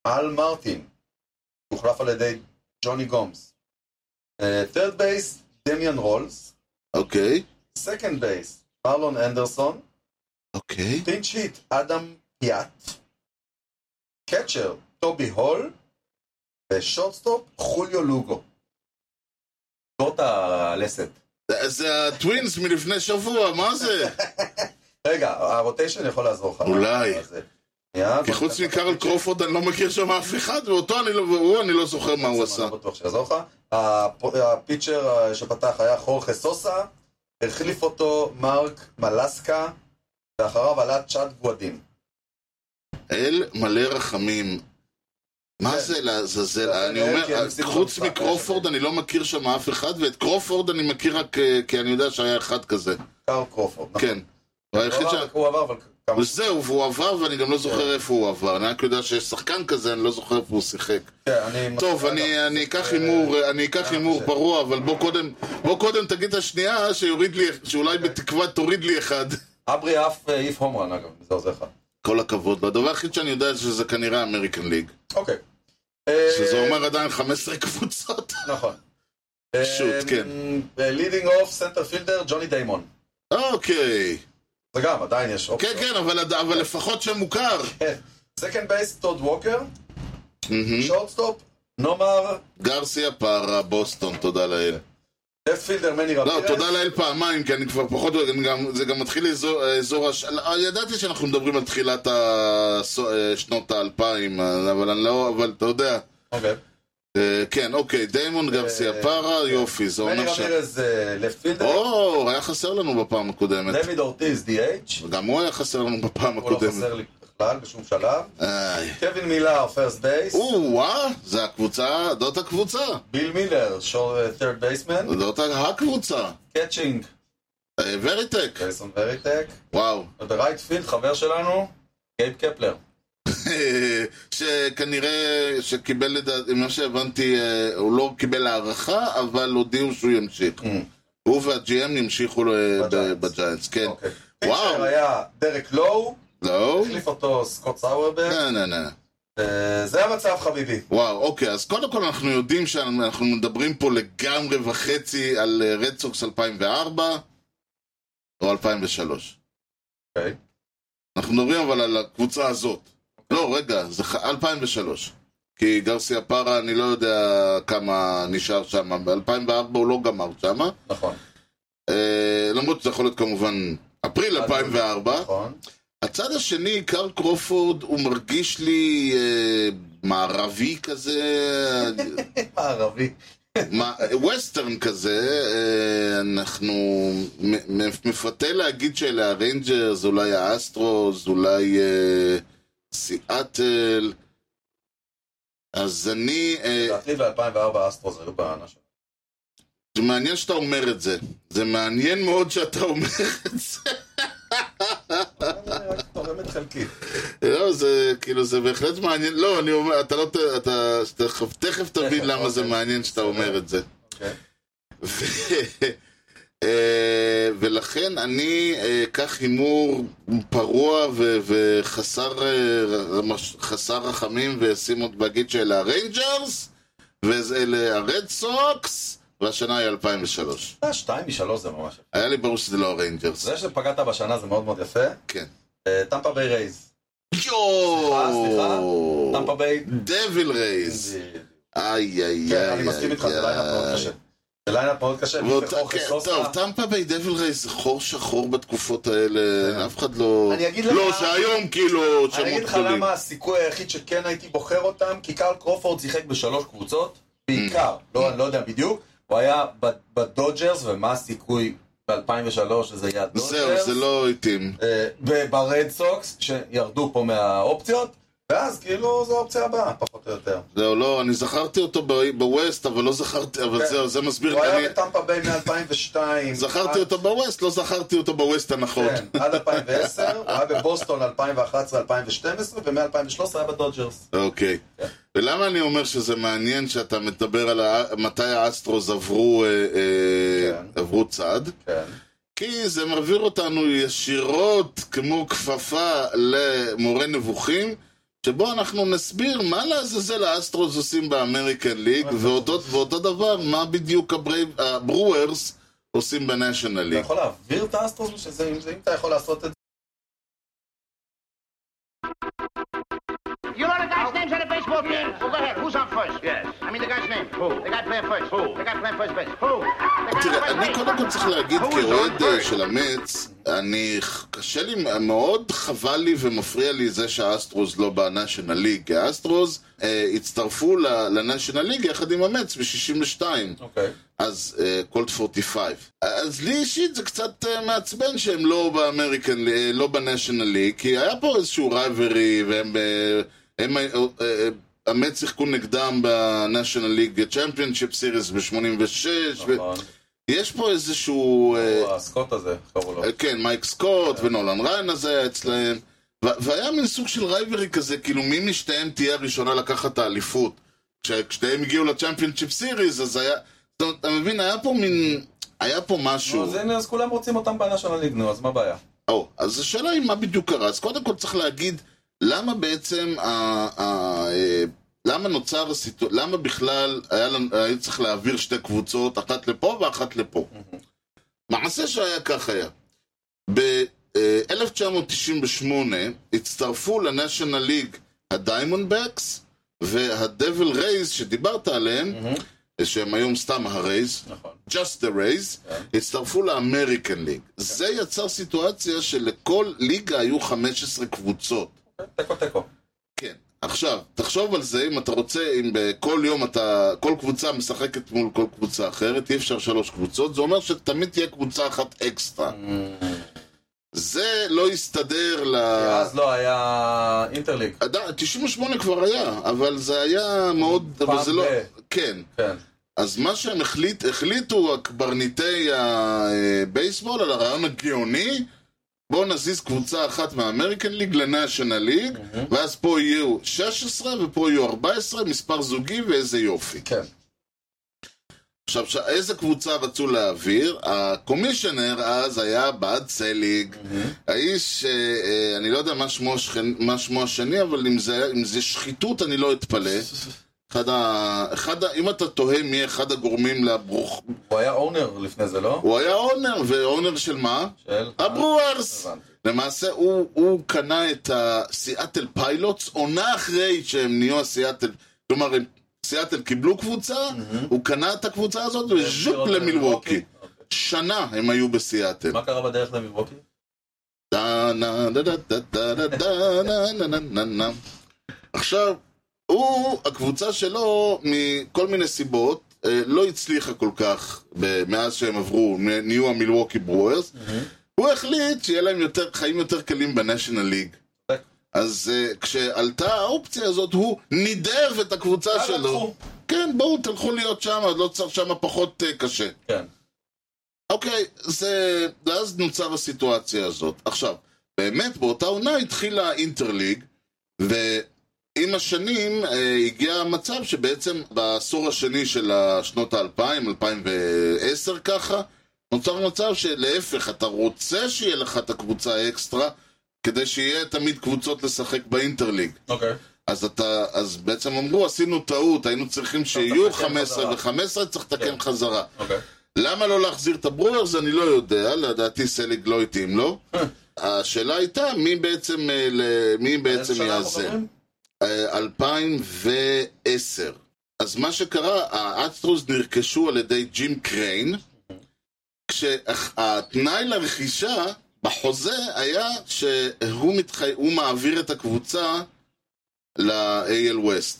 אל מרטין, הוחלף על ידי ג'וני גומס. Uh, תרד בייס, דמיאן רולס. אוקיי, סקנד בייס, מרלון אנדרסון. אוקיי, פינץ' היט, אדם פיאט. קצ'ר, טובי הול. Uh, ושורטסטופ, חוליו לוגו. זאת הלסת. זה- זה הטווינס מלפני שבוע, מה זה? רגע, הרוטיישן יכול לעזור לך. אולי. אז, אה, שנייה, כי בוא חוץ נתן לך מקארל את קרופורד אני לא מכיר שם אף אחד, ואותו אני לא, והוא אני לא זוכר מה הוא זה, אני עשה. לא בטוח שיעזור לך. הפ- הפיצ'ר אה, שפתח היה חורכה סוסה, החליף אותו מרק מלסקה, ואחריו עלה צ'אט גואדין. אל מלא רחמים. מה כן. זה לעזאזל? זה אני אני אוהב, כי אומר, אני מפסיד חוץ במשחק, מקרופורד אה, אני לא מכיר שם אף אחד, ואת קרופורד אני מכיר רק אה, כי אני יודע שהיה אחד כזה. קאר קרופורד. נכון. כן. הוא היחיד הוא ש... עבר- הוא עבר, אבל כמה... וזהו, והוא עבר ואני גם לא זוכר כן. איפה הוא עבר. אני רק יודע שיש שחקן כזה, אני לא זוכר איפה הוא שיחק. כן, אני... טוב, אני אני אקח הימור, אה, אני אקח אה, הימור זה- פרוע, אבל בוא קודם, בוא קודם תגיד את השנייה, שיוריד לי, שאולי בתקווה תוריד לי אחד. אה, אברי אף העיף הומרן, אגב, זה עוזר לך. כל הכבוד. והדבר היחיד שאני יודע זה שזה כנראה אמריקן ליג. אוקיי. אה, שזה אומר עדיין 15 קבוצות. נכון. אה, שוט, כן. לידינג אוף סנטר פילדר, ג'וני דיימון. אוקיי. זה גם, עדיין יש כן, אופציות. כן, אבל עד- אבל לפחות שמוכר. כן. סקנד בייס, טוד ווקר, Mm-hmm. מהמם. שורטסטופ, נאמר, גרסיה פארה, בוסטון, תודה לאל. דף פילדר, מני לא, רבירס. תודה לאל פעמיים, כי אני כבר פחות... אני גם- זה גם מתחיל לאזור- האזור... הש- אה, ידעתי שאנחנו מדברים על תחילת ה- סו- אה, שנות האלפיים, אה, אבל אני לא... אבל אתה יודע. אוקיי. אה, כן, אוקיי, דיימון גרסיה אה, פארה, יופי, זה מני אומר ש... רבירס, לפט פילדר, או, היה חסר לנו בפעם הקודמת. דויד אורטיז, די.אייץ', גם הוא היה חסר לנו בפעם הוא לא הקודמת. חסר לי בכלל בשום שלב. איי. קווין מילר, פרסט בייס, או, וואה, אה, זה הקבוצה, זאת הקבוצה. ביל מילר, שור third בייסמן, זאת הקבוצה. קאצ'ינג, אה, וריטק, גייסון וריטק, וואו. וברייט פילד, חבר שלנו, גייב קפלר. שכנראה שקיבל לדעתי, מה לא שהבנתי, אה, הוא לא קיבל הערכה, אבל הודיעו שהוא ימשיך. הוא והג'י.אם ימשיכו ל- בג'יינטס. בג'יינטס, כן. אוקיי. וואו. פיצ'ר היה דרק לואו, לא? החליף אותו סקוט סאוורברג. לא, לא, לא. אה, זה המצב חביבי. וואו, אוקיי, אז קודם כל אנחנו יודעים שאנחנו מדברים פה לגמרי וחצי על אה, רדסוקס 2004 או 2003. אוקיי. אנחנו מדברים אבל על הקבוצה הזאת. לא, רגע, זה ח- 2003. כי גרסיה פארה, אני לא יודע כמה נשאר שם. ב-2004 הוא לא גמר שם. נכון. אה, למרות שזה יכול להיות כמובן אפריל 2004. נכון. הצד השני, קארל קרופורד, הוא מרגיש לי אה, מערבי כזה, מערבי. מה- ווסטרן כזה, אה, אנחנו מ- מ- מפתה להגיד שאלה הריינג'רס, אולי האסטרוס, אולי אה, סיאטל. אז אני, אה, לדעתי ב-2004 אסטרוס היו בעונה שלו. זה מעניין שאתה אומר את זה. זה מעניין מאוד שאתה אומר את זה. אני אה, רק תורמת חלקית. לא, זה כאילו, זה בהחלט מעניין. לא, אני אומר, אתה לא, ת- אתה, תכף- תכף תבין למה זה אוקיי. מעניין שאתה אומר את זה. אוקיי. ו- אה, ולכן אני אקח הימור פרוע ו- וחסר אה, ר- מש- חסר רחמים ואשים עוד בגיד שאלה הריינג'רס ואלה הרד סוקס והשנה היא 2003. אה, שתיים משלוש זה ממש. יפה. היה לי ברור שזה לא הריינג'רס. זה שפגעת בשנה זה מאוד מאוד יפה. אה, כן. טמפה ביי רייז. סליחה, סליחה. טמפה יואו! ביי. דביל רייז. איי איי איי. כן, אני מסכים איתך, זה איי, ליינאפ מאוד איי. קשה. זה ליינאפ מאוד קשה. ועוד- מיסטר חורקס כן, סוסה. טוב, טמפה ביי דביל ריי זה חור שחור בתקופות האלה, אף אחד לא... כן. אני אגיד לך- לא, זה היום כאילו אני אגיד שמות לך גדולים. למה הסיכוי היחיד שכן הייתי בוחר אותם, כי קארל קרופורד שיחק בשלוש קבוצות, Mm. בעיקר, לא, אני לא יודע בדיוק, הוא היה ב- בדודג'רס, ומה הסיכוי ב-2003 שזה יהיה הדודג'רס? זהו, זה לא התאים. אה, וברד סוקס, שירדו פה מהאופציות, ואז כאילו זו האופציה הבאה, פחות או יותר. זהו, לא, אני זכרתי אותו ב- בווסט, אבל לא זכרתי, אבל כן. זהו, זה מסביר, הוא אני היה בטמפה ביי מ-2002. זכרתי אותו בווסט, לא זכרתי אותו בווסט הנכון. כן, עד 2010, הוא היה בבוסטון 2011-2012, ומ-2013 היה בדודג'רס. אוקיי. כן. ולמה אני אומר שזה מעניין שאתה מדבר על ה- מתי האסטרוס עברו אה, אה, כן. עברו צד? כן. כי זה מעביר אותנו ישירות כמו כפפה למורה נבוכים, שבו אנחנו נסביר מה לעזאזל האסטרוס עושים באמריקן ליג, ואותו, ואותו דבר, מה בדיוק הברייב- הברוארס עושים בניישנל אתה ליג. יכול להעביר את האסטרוס בשביל זה, אם זה- אם אתה יכול לעשות את זה. You know the guy's names on the baseball team? Well, go ahead. Who's on first? Yes. I mean the guy's name. Who? The guy playing first. Who? The guy playing first base. Who? The guy תראה, playing אני first קודם כל צריך להגיד, כאוהד אה, של המץ, אני, קשה לי, מאוד חבל לי ומפריע לי זה שהאסטרוס לא בניישנל ליג. האסטרוס אה, הצטרפו לניישנל ליג יחד עם המץ ב-62. אוקיי. אז קולד uh, 45. אז לי אישית זה קצת uh, מעצבן שהם לא באמריקן, אה, לא בניישנל ליג, כי היה פה איזשהו רייברי, והם... אה, הם, אה, אה, המט שיחקו נגדם בניישנל ליג צ'מפיונשיפ סיריס ב-86, נכון. ויש פה איזשהו... אה, הוא הסקוט הזה, קראו לו. אה, כן, מייק סקוט ונולן ריין הזה היה אצלהם, ו- והיה מין סוג של רייברי כזה, כאילו מי משתיהם תהיה הראשונה לקחת את האליפות. כששתיהם הגיעו לצ'מפיונצ'יפ סיריס, אז היה... זאת אומרת, אתה מבין, היה פה מין... היה פה נו, משהו. אז הנה, אז כולם רוצים אותם בעונה של הליג, נו, אז מה הבעיה? או, אז השאלה היא מה בדיוק קרה. אז קודם כל צריך להגיד למה בעצם, ה, ה, אה, למה נוצר הסיטואציה, למה בכלל היה, לנו- היה צריך להעביר שתי קבוצות, אחת לפה ואחת לפה. מעשה שהיה כך היה. ב-1998 הצטרפו לניישנל ליג הדיימונד בקס והדבל רייז שדיברת עליהם, שהם היום סתם הרייז, נכון. Just the Rays, הצטרפו לאמריקן ליג. כן. זה יצר סיטואציה שלכל ליגה היו 15 קבוצות. תיקו תיקו. כן. עכשיו, תחשוב על זה, אם אתה רוצה, אם בכל יום אתה, כל קבוצה משחקת מול כל קבוצה אחרת, אי אפשר שלוש קבוצות, זה אומר שתמיד תהיה קבוצה אחת אקסטרה. זה לא הסתדר ל... אז לא היה אינטרליג. עדיין, 98 כבר היה, אבל זה היה מאוד... אבל פעם זה לא... ב- כן. כן. אז מה שהם החליט, החליטו הקברניטי הבייסבול אה, על הרעיון הגאוני, בואו נזיז קבוצה אחת מהאמריקן ליג לניישנל ליג, ואז פה יהיו 16 ופה יהיו 14, מספר זוגי ואיזה יופי. כן. עכשיו, ש- איזה קבוצה רצו להעביר? הקומישנר אז היה בעד סליג. האיש, אה, אה, אני לא יודע מה שמו, השכן, מה שמו השני, אבל אם זה, אם זה שחיתות אני לא אתפלא. אחד ה... אחד ה... אם אתה תוהה מי אחד הגורמים לברוך... הוא היה אונר לפני זה, לא? הוא היה אונר, ואונר של מה? של... אה, הברוארס! הבנתי. למעשה הוא, הוא קנה את הסיאטל פיילוטס עונה אחרי שהם נהיו הסיאטל... כלומר, הם- סיאטל קיבלו קבוצה, הוא קנה את הקבוצה הזאת וז'ופ למילווקי. אה, אוקיי. שנה הם היו בסיאטל. מה קרה בדרך למילווקי? טה, נה, דה, דה, דה, דה, דה, דה, נה, נה, נה, נה, נה. עכשיו, הוא, הקבוצה שלו, מכל מיני סיבות, אה, לא הצליחה כל כך ב- מאז שהם עברו, מ- נהיו המילווקי ברוארס. הוא החליט שיהיה להם יותר, חיים יותר קלים בניישנל ליג. צודק. אז אה, כשעלתה האופציה הזאת, הוא נידב את הקבוצה יאללה, שלו. לקחו. כן, בואו, תלכו להיות שם, לא צריך שם פחות אה, קשה. כן. אוקיי, זה... ואז נוצר הסיטואציה הזאת. עכשיו, באמת באותה עונה התחילה האינטרליג, ועם השנים אה, הגיע המצב שבעצם בעשור השני של שנות האלפיים, 2010 ככה, נוצר מצב שלהפך, אתה רוצה שיהיה לך את הקבוצה האקסטרה, כדי שיהיה תמיד קבוצות לשחק באינטרליג. אוקיי. אז אתה, אז בעצם אמרו, עשינו טעות, היינו צריכים שיהיו לתקן 15 חזרה. ו-15, צריך לתקן כן. חזרה. אוקיי. למה לא להחזיר את הברוורס? אני לא יודע, לדעתי סליג לא התאים לו. השאלה הייתה, מי בעצם, אה, ל- מי איזה בעצם שנה אנחנו יאזן? מדברים? אה, 2010. אז מה שקרה, האסטרוס נרכשו על ידי ג'ים קריין, כשהתנאי לרכישה בחוזה היה שהוא מתחי... הוא מעביר את הקבוצה ל-AL West,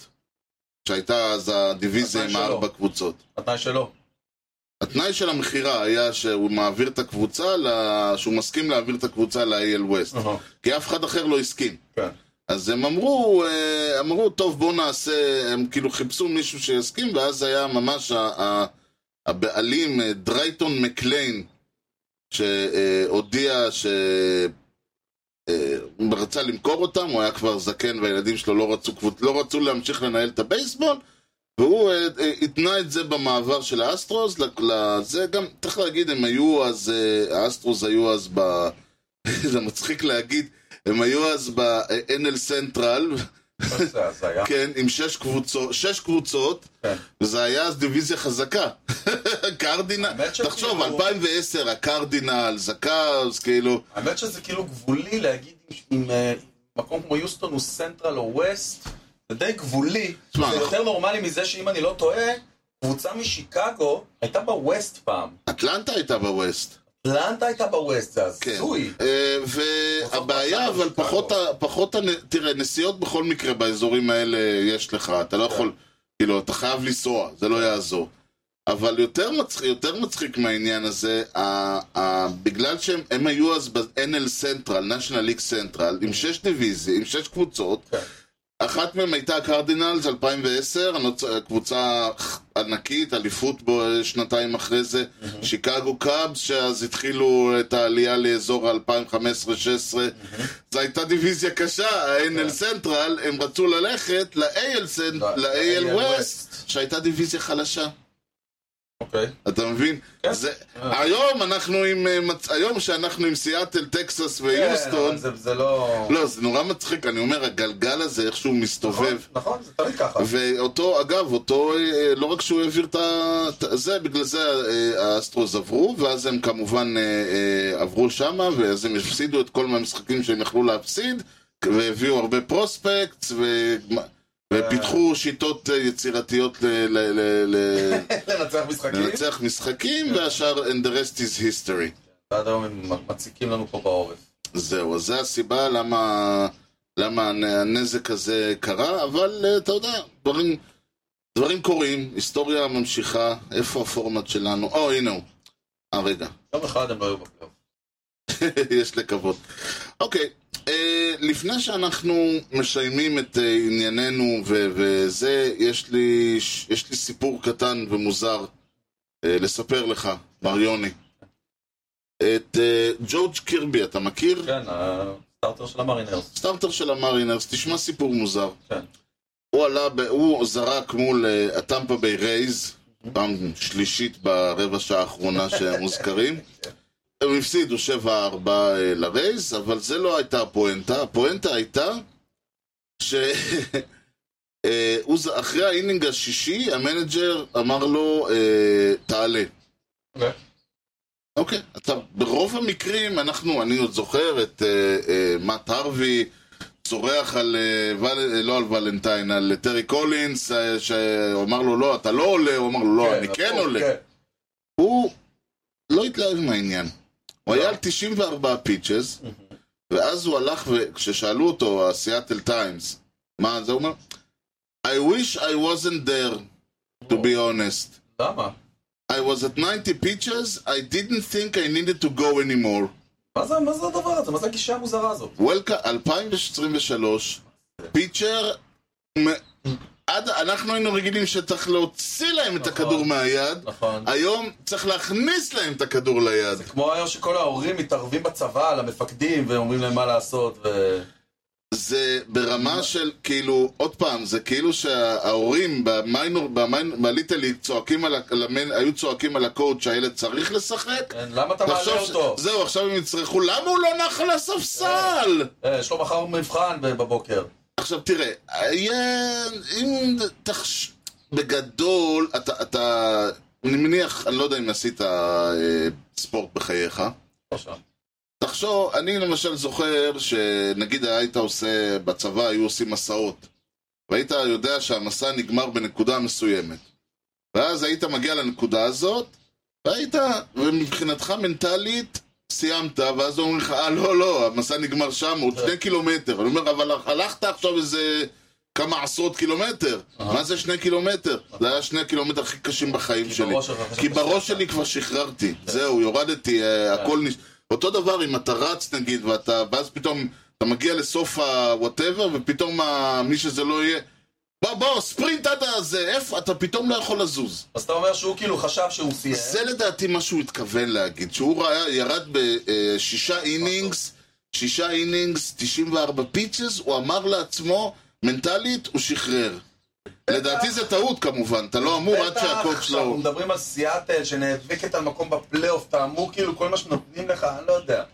שהייתה אז הדיוויזיה עם התנאי שלו. ארבע קבוצות. התנאי שלו. התנאי של המכירה היה שהוא מעביר את הקבוצה, ל- שהוא מסכים להעביר את הקבוצה ל-AL West, אהה. כי אף אחד אחר לא הסכים. כן. אז הם אמרו, אה, אמרו, טוב בוא נעשה, הם כאילו חיפשו מישהו שיסכים, ואז היה ממש ה- ה- הבעלים, אה, דרייטון מקליין, שהודיע ש... אה, הוא רצה למכור אותם, הוא היה כבר זקן והילדים שלו לא רצו, קבוצ- לא רצו להמשיך לנהל את הבייסבול, והוא אה, אה, התנה את זה במעבר של האסטרוס, ל- לזה גם, צריך להגיד, הם היו אז, אה, האסטרוס היו אז ב... זה מצחיק להגיד, הם היו אז ב-NL סנטרל, זה הזיה. כן, עם שש קבוצות, שש קבוצות, כן. וזה היה אז דיוויזיה חזקה. קרדינל, האמת לא- שכאילו- תחשוב, 2010, הקרדינלס, הקאוס, כאילו, האמת שזה כאילו גבולי להגיד אם אה, מקום כמו יוסטון הוא סנטרל או ווסט, זה די גבולי. תשמע, זה אנחנו- יותר נורמלי מזה שאם אני לא טועה, קבוצה משיקגו הייתה בווסט פעם. אטלנטה הייתה בווסט. אטלנטה הייתה בווסט, זה כן. הזוי. אה, והבעיה, אבל פחות, ה- פחות, הנ- תראה, נסיעות בכל מקרה באזורים האלה יש לך, אתה לא יכול, כאילו, אתה חייב לנסוע, זה לא יעזור. אבל יותר מצחיק, יותר מצחיק מהעניין הזה, ה, ה, בגלל שהם הם היו אז ב-NL סנטרל, national league סנטרל, עם שש דיוויזיה, עם שש קבוצות, כן. אחת מהן הייתה הקרדינלס 2010, הנוצ- קבוצה ענקית, אליפות בו אה, שנתיים אחרי זה, שיקגו קאבס, שאז התחילו את העלייה לאזור ה-2015-2016. זו הייתה דיוויזיה קשה, ה-NL כן. סנטרל, הם רצו ללכת ל-AL ל- ל-AL ל- West, שהייתה דיוויזיה חלשה. אוקיי. אתה מבין? כן. זה, אה. היום אנחנו עם, אה, מצ- היום שאנחנו עם סיאטל, טקסס ויוסטון, כן, אבל זה- זה לא... לא, זה נורא מצחיק, אני אומר, הגלגל הזה איכשהו מסתובב. נכון, נכון, זה תמיד ככה. ואותו, אגב, אותו, אה, לא רק שהוא העביר את ה... את זה, בגלל זה אה, האסטרוס עברו, ואז הם כמובן אה, אה, עברו שמה, ואז הם הפסידו את כל מהמשחקים שהם יכלו להפסיד, והביאו הרבה פרוספקטס, ו... ופיתחו שיטות אה, יצירתיות ל- ל- ל- ל- לנצח משחקים. לנצח משחקים, והשאר and the rest is history. ועד היום הם מציקים לנו פה בעורף. זהו, אז זו הסיבה למה, למה הנ- הנזק הזה קרה, אבל אה, אתה יודע, דברים, דברים קורים, היסטוריה ממשיכה, איפה הפורמט שלנו? או, הנה הוא. אה, רגע, יום אחד הם לא היו בפלייאוף. יש לקוות. אוקיי, אה, לפני שאנחנו משיימים את אה, ענייננו ו- וזה, יש לי, ש- יש לי סיפור קטן ומוזר אה, לספר לך, מר יוני. את אה, ג'ורג' קירבי, אתה מכיר? כן, הסטארטר של המרינרס. סטארטר של המרינרס, תשמע סיפור מוזר. כן. הוא עלה, ב... הוא זרק מול אה, הטמפה ביי רייז, פעם שלישית ברבע שעה האחרונה שהם מוזכרים. הם הפסידו 7-4 אה, לרייז, אבל זה לא הייתה הפואנטה. הפואנטה הייתה ש... אה, הוא ז- אחרי האינינג השישי, המנג'ר אמר לו, אה, תעלה. אוקיי, אתה, ברוב המקרים אנחנו, אני עוד זוכר את אה, אה, מאט הרווי צורח על, אה, ול, אה, לא על ולנטיין, על אה, טרי קולינס, אה, שאמר לו לא, אתה לא עולה, הוא אמר לו לא, אני כן הפוך, עולה. הוא לא התלהב מהעניין. הוא היה על 94 פיצ'ס, ואז הוא הלך, וכששאלו אותו, הסיאטל טיימס, מה זה הוא אומר? I wish I wasn't there, to be honest. למה? I was at 90 pitches, I didn't think I needed to go anymore. מה זה, מה זה הדבר הזה? מה זה הגישה המוזרה הזאת? וולקה 2023, פיצ'ר, מ- עד, אנחנו היינו רגילים שצריך להוציא להם את נכון. הכדור מהיד, נכון. היום צריך להכניס להם את הכדור ליד. כמו היום שכל ההורים מתערבים בצבא על המפקדים ואומרים להם מה לעשות ו... זה ברמה של, כאילו, עוד פעם, זה כאילו שההורים במיינור, במיינור, בליטל ליג צועקים על, ה- על המנ... היו צועקים על הקואוצ' שהילד צריך לשחק, כן, למה אתה מעלה עכשיו ש- אותו? זהו, עכשיו הם יצרכו, למה הוא לא נח על הספסל? אה, יש לו מחר מבחן ב- בבוקר. עכשיו תראה, יהיה... אם תחש... בגדול, אתה, אתה... אני מניח, אני לא יודע אם עשית אה, ספורט בחייך. לא שם. תחשוב, אני למשל זוכר שנגיד היית עושה, בצבא היו עושים מסעות. והיית יודע שהמסע נגמר בנקודה מסוימת. ואז היית מגיע לנקודה הזאת, והיית, ומבחינתך מנטלית, סיימת, ואז אומרים לך, אה, לא, לא, המסע נגמר שם, עוד שני קילומטר. אני אומר, אבל הלכת עכשיו איזה כמה עשרות קילומטר. מה זה שני קילומטר? זה היה שני קילומטר הכי קשים בחיים שלי. כאילו, בראש שלך חשבת כי בראש שסיימת. שלי כבר שחררתי. זהו, יורדתי, אה, הכל נש... אותו דבר אם אתה רץ, נגיד, ואתה, ואז פתאום, אתה מגיע לסוף ה-whatever, ופתאום ה- מי שזה לא יהיה... בוא, בוא, ספרינט עד הזה, איפה? אתה פתאום לא יכול לזוז. אז אתה אומר שהוא כאילו חשב שהוא סיים. זה לדעתי מה שהוא התכוון להגיד, שהוא ראה, ירד בשישה אינינגס, שישה אינינגס, 94 פיצ'ס, הוא אמר לעצמו, מנטלית, הוא שחרר. לדעתי זה טעות כמובן, אתה לא אמור עד בטח, שהקוד כשאנחנו שלו... מדברים על סיאטל שנאבקת על מקום בפלייאוף, אתה אמור כאילו כל מה שנותנים לך, אני לא יודע.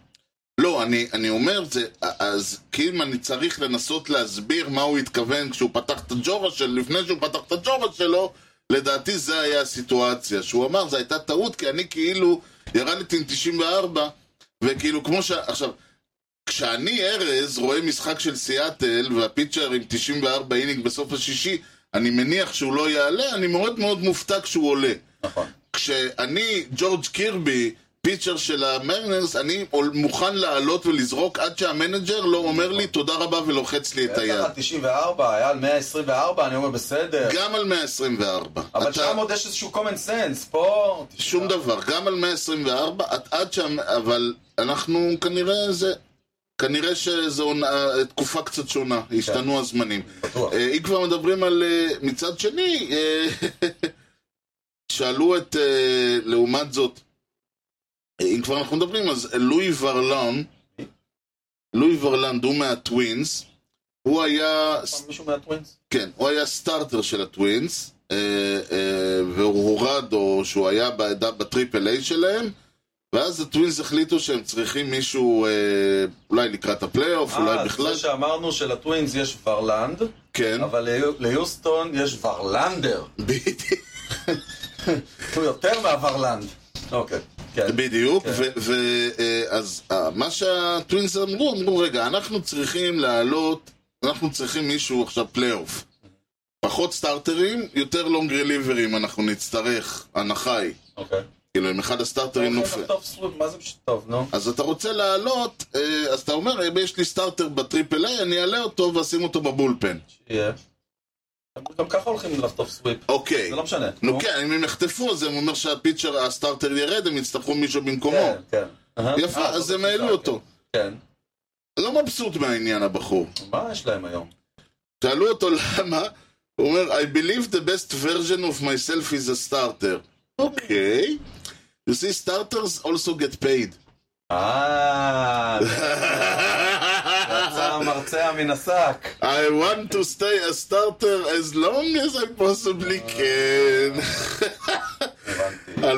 לא, אני, אני אומר, זה, אז כאילו אני צריך לנסות להסביר מה הוא התכוון כשהוא פתח את הג'ורה שלו, לפני שהוא פתח את הג'ורה שלו, לדעתי זה היה הסיטואציה. שהוא אמר, זו הייתה טעות, כי אני כאילו ירדתי עם 94, וכאילו כמו ש... עכשיו, כשאני, ארז, רואה משחק של סיאטל, והפיצ'ר עם 94 אינינג בסוף השישי, אני מניח שהוא לא יעלה, אני מאוד מאוד מופתע כשהוא עולה. נכון. כשאני, ג'ורג' קירבי, פיצ'ר של המרנרס, אני מוכן לעלות ולזרוק עד שהמנג'ר לא אומר לי תודה רבה ולוחץ לי את היה היד. על 94, היה על 124, אני אומר בסדר. גם על 124. אבל אתה- שם עוד יש איזשהו common sense, פה... שום דבר, גם על 124, עד, עד שם, אבל אנחנו כנראה זה... כנראה שזו עונה- תקופה קצת שונה, כן. השתנו הזמנים. בטוח. אה, אם כבר מדברים על... אה, מצד שני, אה, שאלו את... אה, לעומת זאת, אה, אם כבר אנחנו מדברים, אז לואי ורלן, לואי ורלנד הוא מהטווינס, הוא היה, פעם מישהו מהטווינס? כן, הוא היה סטארטר של הטווינס, אה, אה, והוא הורד, או שהוא היה בעדה בטריפל איי שלהם, ואז הטווינס החליטו שהם צריכים מישהו, אה, אולי לקראת הפלייאוף, אולי בכלל, אה, זה שאמרנו שלטווינס יש ורלנד, כן, אבל ליו- ליוסטון יש ורלנדר. בדיוק. הוא יותר מהוורלנד. אוקיי, כן. בדיוק, כן. ואז אה, מה שהטווינס אמרו, אמרו, רגע, אנחנו צריכים לעלות, אנחנו צריכים מישהו עכשיו פלייאוף. פחות סטארטרים, יותר לונג רליברים אנחנו נצטרך, הנחה היא. אוקיי. כאילו, אם אחד הסטארטרים נופל. טוב, סלוב, מה זה פשוט טוב, נו? אז אתה רוצה לעלות, אה, אז אתה אומר, אם יש לי סטארטר בטריפל איי, אני אעלה אותו ואשים אותו בבולפן. שיהיה. הם גם ככה הולכים לחטוף סוויפ. אוקיי. זה לא משנה. נו כן, אם הם יחטפו, אז הם אומר שהפיצ'ר, הסטארטר ירד, הם יצטרכו מישהו במקומו. כן, כן. אהה. יפה, אה, אז זאת הם העלו התפיסה, אותו. כן. לא מבסוט מהעניין, הבחור. כן. מה יש להם היום? שאלו אותו למה, הוא אומר, I believe the best version of myself is a starter. אוקיי. You see, starters also get paid. אה, אה, יצא המרצע מן השק. I want to stay a starter as long as I possibly can. הבנתי,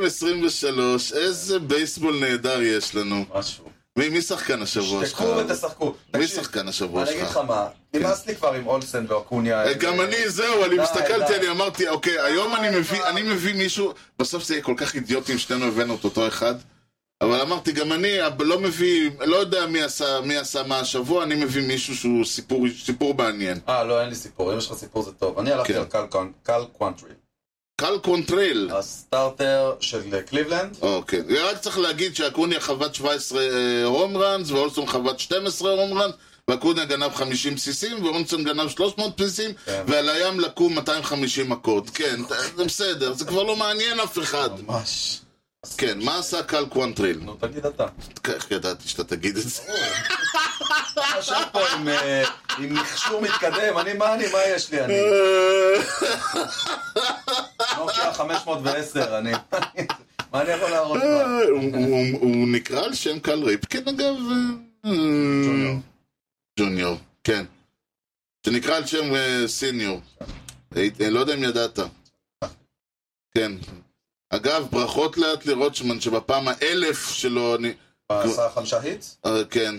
2023, איזה בייסבול נהדר יש לנו. משהו. מי, מי שחקן השבוע שלך? תשתקו ותשחקו. מי תקשיב, שחקן השבוע אני אגיד לך שלך? כן. אה, מה, נמאס לי כבר עם אולסן אה, ואוקוניה. גם אני, זהו, אני די, הסתכלתי, די. אני אמרתי, אוקיי, היום אני די, מביא, די. אני מביא מישהו, בסוף זה יהיה כל כך אידיוטי אם שנינו הבאנו את אותו אחד, אבל אמרתי, גם אני אבל לא מביא, לא יודע מי עשה- מי עשה מה השבוע, אני מביא מישהו שהוא סיפור- סיפור מעניין. אה, לא, אין לי סיפור, אם יש לך סיפור זה טוב. אני הלכתי כן. על קל קונ- קל קוונטרי, קל קונטריל. הסטארטר של אה, קליבלנד. אוקיי, רק צריך להגיד שהקוניה חבט 17 הום ראנס, ואולסון חבט 12 הום ראנס, והקוניה גנב 50 בסיסים, ואולסון גנב 300 בסיסים, כן. ועל הים לקו 250 מכות. כן, זה בסדר, זה כבר לא מעניין אף אחד. ממש. כן, מה עשה קל קוונטריל? נו, תגיד אתה. איך ידעתי שאתה תגיד את זה? אתה יושב פה עם, אה, עם מכשור מתקדם, אני, מה אני, מה יש לי, אני? נוקיה 510, אני. מה אני יכול להראות לך? הוא- הוא- הוא נקרא על שם קל ריפקין אגב? אה, ג'וניור. ג'וניור, כן. שנקרא על שם אה, סיניור. הייתי- לא יודע אם ידעת. כן. אגב, ברכות לאטלי רוטשמן שבפעם האלף שלו אני... מה, עשה חמישה היטס? אה, כן.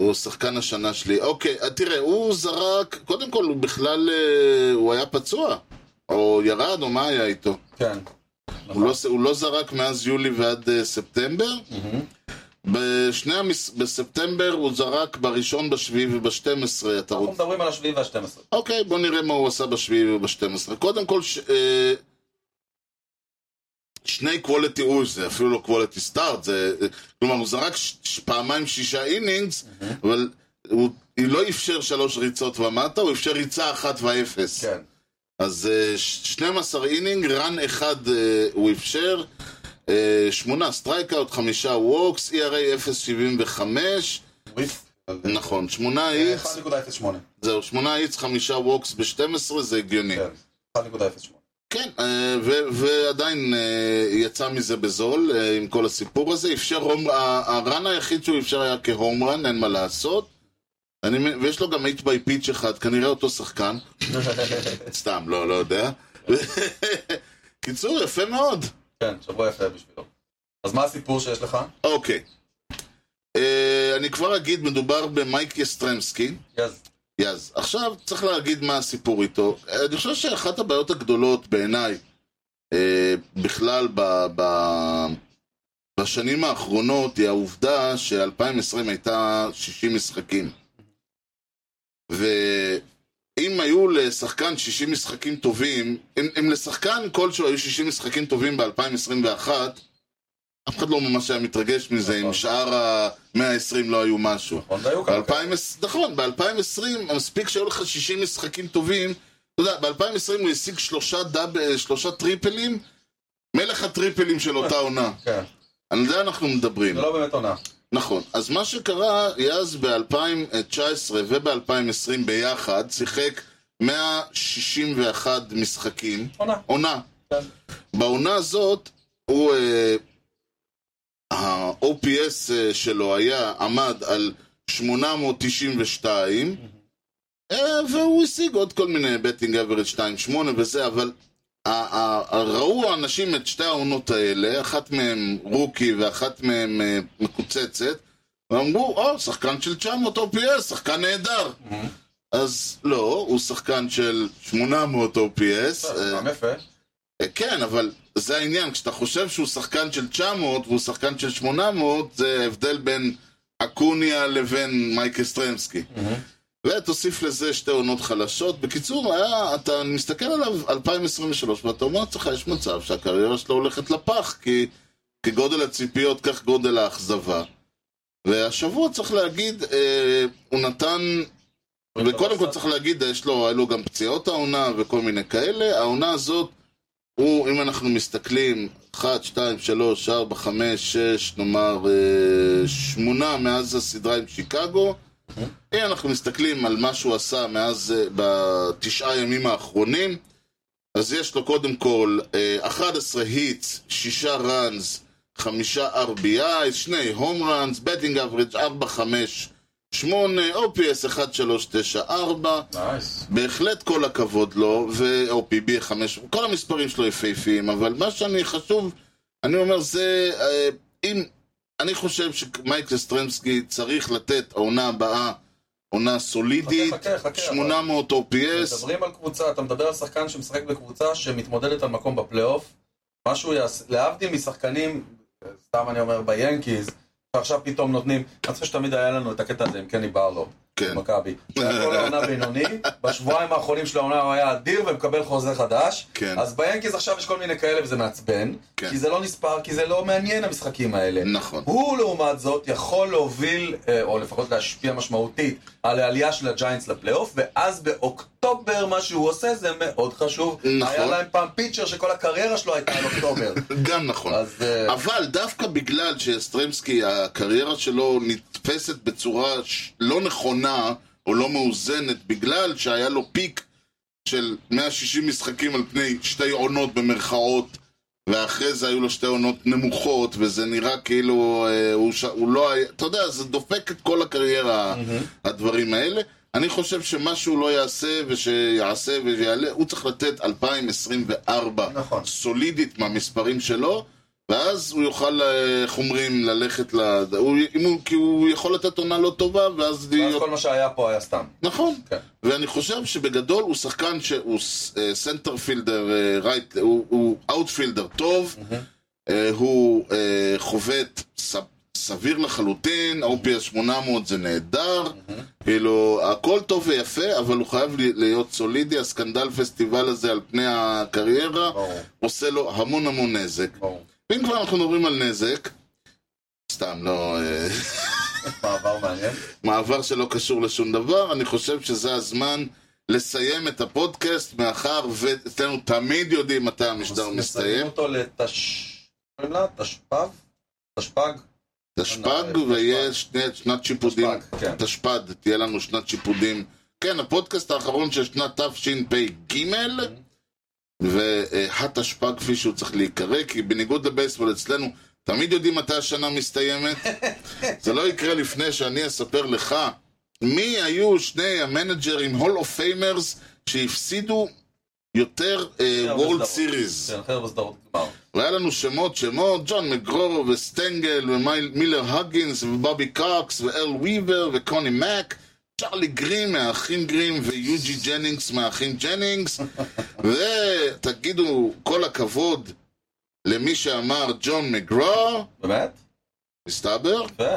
הוא שחקן השנה שלי. אוקיי, אה, תראה, הוא זרק... קודם כל, הוא בכלל... אה, הוא היה פצוע. או ירד, או מה היה איתו? כן. הוא לא, הוא לא זרק מאז יולי ועד אה, ספטמבר. מהמם. בשני המס... בספטמבר הוא זרק בראשון, בשביעי וב-12. אתה אנחנו רוצ... מדברים על השביעי והשתים עשרה. אוקיי, בוא נראה מה הוא עשה בשביעי וב-12. קודם כל, ש... אה, שני quality הוא זה אפילו לא quality start, זה... אה, כלומר, הוא זרק ש... ש- פעמיים שישה אינינגס, Mm-hmm. אבל הוא... הוא לא אפשר שלוש ריצות ומטה, הוא אפשר ריצה אחת ואפס. כן. אז אה, ש- 12 אינינג, רן אחד אה, הוא אפשר, אה, שמונה סטרייקאוט, חמישה E ווקס, ERA 0.75, וויף. נכון, שמונה אה, איץ, 1.08. זהו, שמונה איץ, חמישה ווקס ב-12, זה הגיוני. כן. 1.08. כן, אה, ו- ועדיין אה, יצא מזה בזול אה, עם כל הסיפור הזה. אפשר הום, ה- הרן היחיד שהוא אפשר היה כהום רן, אין מה לעשות. אני, מ- ויש לו גם איט ביי פיץ' אחד, כנראה אותו שחקן. סתם, לא, לא יודע. קיצור, יפה מאוד. כן, שבוע יפה בשבילו. אז מה הסיפור שיש לך? אוקיי. אה, אני כבר אגיד, מדובר במייק יסטרמסקי. יז. יז. אוקיי, עכשיו צריך להגיד מה הסיפור איתו. אני חושב שאחת הבעיות הגדולות בעיניי, אה, בכלל ב, ב, בשנים האחרונות, היא העובדה ש-2020 הייתה 60 משחקים. ואם היו לשחקן 60 משחקים טובים, אם, אם לשחקן כלשהו היו 60 משחקים טובים ב-2021, אף אחד לא ממש היה מתרגש מזה, אם נכון. שאר ה-120 לא היו משהו. נכון, והיו כמה כאלה. ב-2020, נכון, ב-2020 מספיק שהיו לך 60 משחקים טובים. אתה יודע, ב-2020 הוא השיג שלושה, דאב, שלושה טריפלים, מלך הטריפלים של אותה עונה. כן. על זה אנחנו מדברים. זה לא באמת עונה. נכון. אז מה שקרה, יאז ב-2019 וב-2020 ביחד, שיחק 161 משחקים. עונה. עונה. כן. בעונה הזאת, הוא... אה, ה-OPS אה, שלו היה, עמד על 892, אה, והוא השיג עוד כל מיני בטינג אברד 2.8 וזה, אבל ה- ה- ה- ראו האנשים את שתי העונות האלה, אחת מהם רוקי ואחת מהם אה, מקוצצת, ואמרו, או, שחקן של 900 OPS, שחקן נהדר. אז לא, הוא שחקן של 800 OPS. אה, גם יפה. כן, אבל זה העניין, כשאתה חושב שהוא שחקן של 900 והוא שחקן של 800, זה הבדל בין אקוניה לבין מייק אסטרמסקי. ותוסיף לזה שתי עונות חלשות. בקיצור, היה, אתה מסתכל עליו 2023, ואתה אומר לעצמך, יש מצב שהקריירה שלו הולכת לפח, כי כגודל הציפיות כך גודל האכזבה. והשבוע צריך להגיד, אה, הוא נתן וקודם כל צריך להגיד, יש לו, היו לו גם פציעות העונה וכל מיני כאלה. העונה הזאת, הוא, אם אנחנו מסתכלים, 1, 2, 3, 4, 5, 6, נאמר, 8 מאז הסדרה עם שיקגו. אם אנחנו מסתכלים על מה שהוא עשה מאז, אה, בתשעה ימים האחרונים, אז יש לו קודם כל אה, 11 היטס, 6 ראנס, 5 RBI, 2 הום ראנס, בטינג אברג' 4, 5, 8, OPS 1, 3, 9, 4. נייס. בהחלט כל הכבוד לו, ו- או PB 5, כל המספרים שלו יפהפיים, אבל מה שאני חשוב, אני אומר זה, אה, אם, אני חושב שמייק סטרמסקי צריך לתת העונה הבאה, עונה סולידית, חכה, חכה, אבל- 800 OPS, מדברים על קבוצה, אתה מדבר על שחקן שמשחק בקבוצה שמתמודדת על מקום בפלייאוף. מה שהוא יעשה, להבדיל משחקנים, סתם אני אומר ביאנקיז, שעכשיו פתאום נותנים, אני חושב שתמיד היה לנו את הקטע הזה עם קני ברלו, כן. מכבי. שהיה כל העונה בינוני, בשבועיים האחרונים של העונה הוא היה אדיר ומקבל חוזה חדש. כן. אז ביאנקיז עכשיו יש כל מיני כאלה וזה מעצבן, כן. כי זה לא נספר, כי זה לא מעניין המשחקים האלה. נכון. הוא לעומת זאת יכול להוביל, אה, או לפחות להשפיע משמעותית, על העלייה של הג'יינטס לפלייאוף, ואז באוקטובר מה שהוא עושה זה מאוד חשוב. נכון. היה להם פעם פיצ'ר שכל הקריירה שלו הייתה על אוקטובר. גם נכון. אז, אה, אבל דווקא בגלל שסטרמסקי, הקריירה שלו נתפסת בצורה ש- לא נכונה, או לא מאוזנת, בגלל שהיה לו פיק של 160 משחקים על פני שתי עונות במרכאות, ואחרי זה היו לו שתי עונות נמוכות, וזה נראה כאילו אה, הוא, ש... הוא לא היה... אתה יודע, זה דופק את כל הקריירה, הדברים האלה. אני חושב שמה שהוא לא יעשה, ושיעשה ויעלה, הוא צריך לתת 2024 נכון. סולידית מהמספרים שלו, ואז הוא יוכל, אה, איך אומרים, ללכת ל... הוא, אם הוא, כי הוא יכול לתת עונה לא טובה, ואז... ואז להיות- כל מה שהיה פה היה סתם. נכון. כן. ואני חושב שבגדול הוא שחקן שהוא ס- אה, סנטר פילדר, אה, רייט, הוא- הוא אאוטפילדר טוב, אה, הוא אה, חובט ס- סביר לחלוטין, OPS 800 זה נהדר, כאילו הכל טוב ויפה, אבל הוא חייב לי- להיות סולידי, הסקנדל פסטיבל הזה על פני הקריירה ברור. עושה לו המון המון נזק. ברור. ואם כבר אנחנו מדברים על נזק, סתם לא... אה, מעבר מעניין. מעבר שלא קשור לשום דבר, אני חושב שזה הזמן לסיים את הפודקאסט, מאחר ואצלנו תמיד יודעים מתי המשדר מסיימים מסתיים. אותו לתש... קוראים לה? תשפ"ב? תשפ"ג? תשפ"ג, תשפ"ג. ויהיה שני- שנת שיפודים. תשפ"ג, כן. תשפ"ד, תהיה לנו שנת שיפודים. כן, הפודקאסט האחרון של שנת תשפ"ג, והתשפ"ג כפי שהוא צריך להיקרא, כי בניגוד לבייסבול אצלנו, תמיד יודעים מתי השנה מסתיימת. זה לא יקרה לפני שאני אספר לך מי היו שני המנג'רים, הול אוף פיימרס, שהפסידו יותר אה, וורלד סיריז. כן, חבר'ה בסדרות גמר. והיה לנו שמות שמות, ג'ון מגרורו וסטנגל ומילר הגינס ובובי קוקס ואל וויבר וקוני מק, צ'רלי גרים מהאחים גרים ויוג'י ג'נינגס מהאחים ג'נינגס, ותגידו כל הכבוד למי שאמר ג'ון מגרו, באמת? מסתבר, יפה.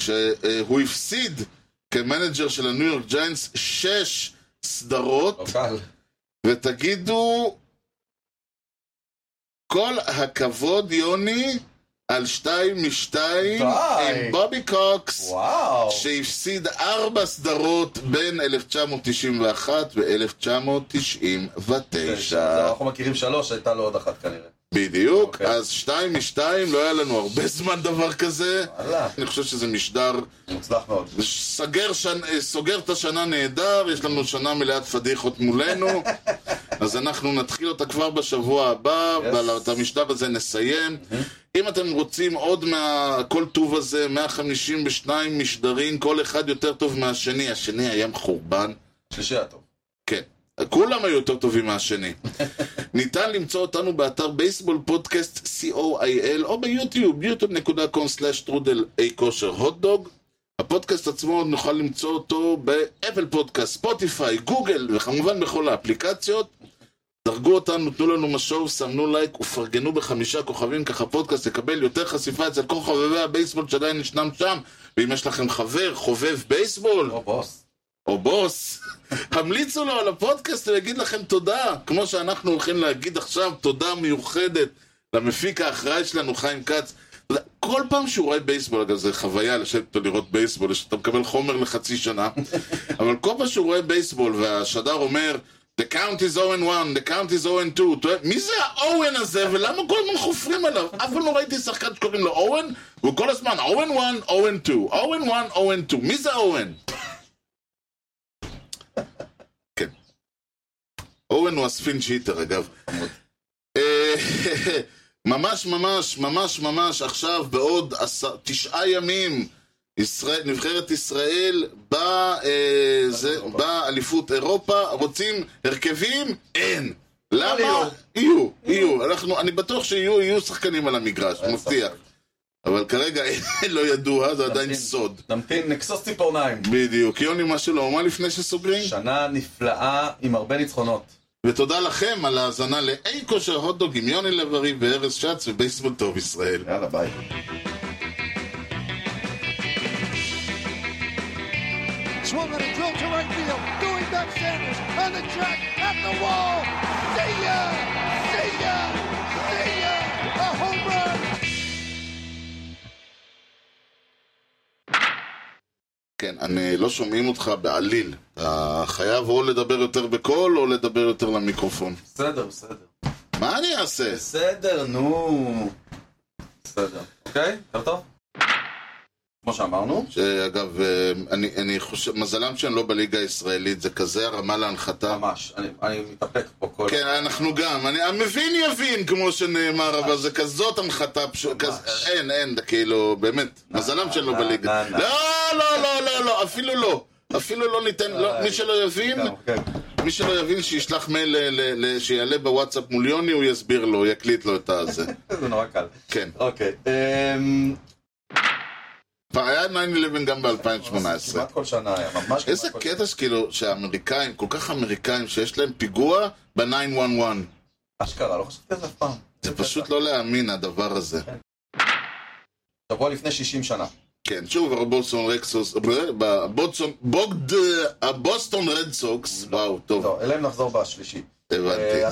שהוא הפסיד כמנג'ר של הניו יורק ג'יינטס שש סדרות. לא קל. ותגידו כל הכבוד יוני על שתיים משתיים די. עם בובי קוקס וואו. שהפסיד ארבע סדרות בין 1991 ו-1999 אנחנו מכירים שלוש, הייתה לו עוד אחת כנראה. בדיוק, אוקיי. אז שתיים משתיים לא היה לנו הרבה זמן דבר כזה וואלה, אני חושב שזה משדר מוצלח מאוד. סגר, שנ... סוגר את השנה נהדר, יש לנו שנה מלאת פדיחות מולנו, אז אנחנו נתחיל אותה כבר בשבוע הבא, Yes. yes. ועל את המשדר הזה נסיים. אם אתם רוצים עוד מהכל טוב הזה, 152 משדרים, כל אחד יותר טוב מהשני, השני היה מחורבן. שלישי היה טוב. כן. כולם היו יותר טובים מהשני. ניתן למצוא אותנו באתר בייסבול פודקאסט co.il או ביוטיוב, yוטיוב.com/טרודל אי כושר הוטדוג. הפודקאסט עצמו נוכל למצוא אותו באפל פודקאסט, ספוטיפיי, גוגל וכמובן בכל האפליקציות. דרגו אותנו, תנו לנו משוב, סמנו לייק ופרגנו בחמישה כוכבים ככה הפודקאסט יקבל יותר חשיפה אצל כל חובבי הבייסבול שעדיין ישנם שם ואם יש לכם חבר חובב בייסבול או בוס. או בוס, המליצו לו על הפודקאסט ויגיד לכם תודה, כמו שאנחנו הולכים להגיד עכשיו תודה מיוחדת למפיק האחראי שלנו, חיים כץ. אתה יודע, כל פעם שהוא רואה בייסבול, אגב, זה חוויה לשבת ולראות בייסבול, יש- אתה מקבל חומר לחצי שנה, אבל כל פעם שהוא רואה בייסבול והשדר אומר, The count is 0-1, the count is 0-2, אתה יודע, מי זה האוון הזה ולמה כל הזמן חופרים עליו? אף פעם לא ראיתי שחקן שקוראים לו אוון, והוא כל הזמן 0-1, 0-2, 0-1, 0-2, מי זה אוון? כן. אורן הוא הספינג'יטר, אגב. אה, ממש ממש ממש ממש עכשיו בעוד עשר- תשעה ימים ישראל, נבחרת ישראל בא, אה, זה- באליפות אירופה, רוצים הרכבים? אין. למה? יהיו. יהיו, יהיו. אנחנו- אני בטוח שיהיו יהיו שחקנים על המגרש, מבטיח. אבל כרגע אין, לא ידוע, זה עדיין נמתין. סוד. נמתין, נקסוס ציפורניים. בדיוק. יוני, מה שלא, מה לפני שסוגרים? שנה נפלאה עם הרבה ניצחונות. ותודה לכם על ההאזנה לאי כושר הוטדוג עם יוני לב-ארי וארז שץ ובייסבול טוב ישראל. יאללה, ביי. Swung on a drill to right field. Doing back Sanders on the track at the wall. See ya! See ya! See ya! A home run! כן, אני לא שומעים אותך בעליל. אתה חייב או לדבר יותר בקול או לדבר יותר למיקרופון. בסדר, בסדר. מה אני אעשה? בסדר, נו. בסדר. אוקיי? יותר טוב? כמו שאמרנו. שאגב, אה, אני, אני חושב, מזלם שהם לא בליגה הישראלית, זה כזה הרמה להנחתה. ממש. אני, אני מתאפק פה כל... כן, אנחנו גם. אני, המבין יבין, כמו שנאמר, אבל זה כזאת הנחתה פשוט. ממש. כז... אין, אין, כאילו, באמת. מזלם שהם לא נה, בליגה. נה, נה. לא, לא, לא, לא, לא, אפילו לא. אפילו לא ניתן, לא, מי שלא יבין, גם, כן. מי שלא יבין שישלח מייל, ל- ל- ל- שיעלה בוואטסאפ מול יוני, הוא יסביר לו, יקליט לו את הזה. זה נורא קל. כן. אוקיי. אמ, כבר היה 9-11 גם ב-2018. כמעט כל שנה היה, ממש כמעט כן, איזה כל שנה. קטע שכאילו, שהאמריקאים, כל כך אמריקאים, שיש להם פיגוע ב-911. אשכרה, לא חשבתי על זה אף פעם. זה פשוט לא להאמין, הדבר הזה. שבוע לפני 60 שנה. כן, שוב, הבוסטון רקסוס, בבוסטון, בוגד, הבוסטון רד סוקס, וואו, טוב, לא, אליהם נחזור בשלישי. הבנתי. אה,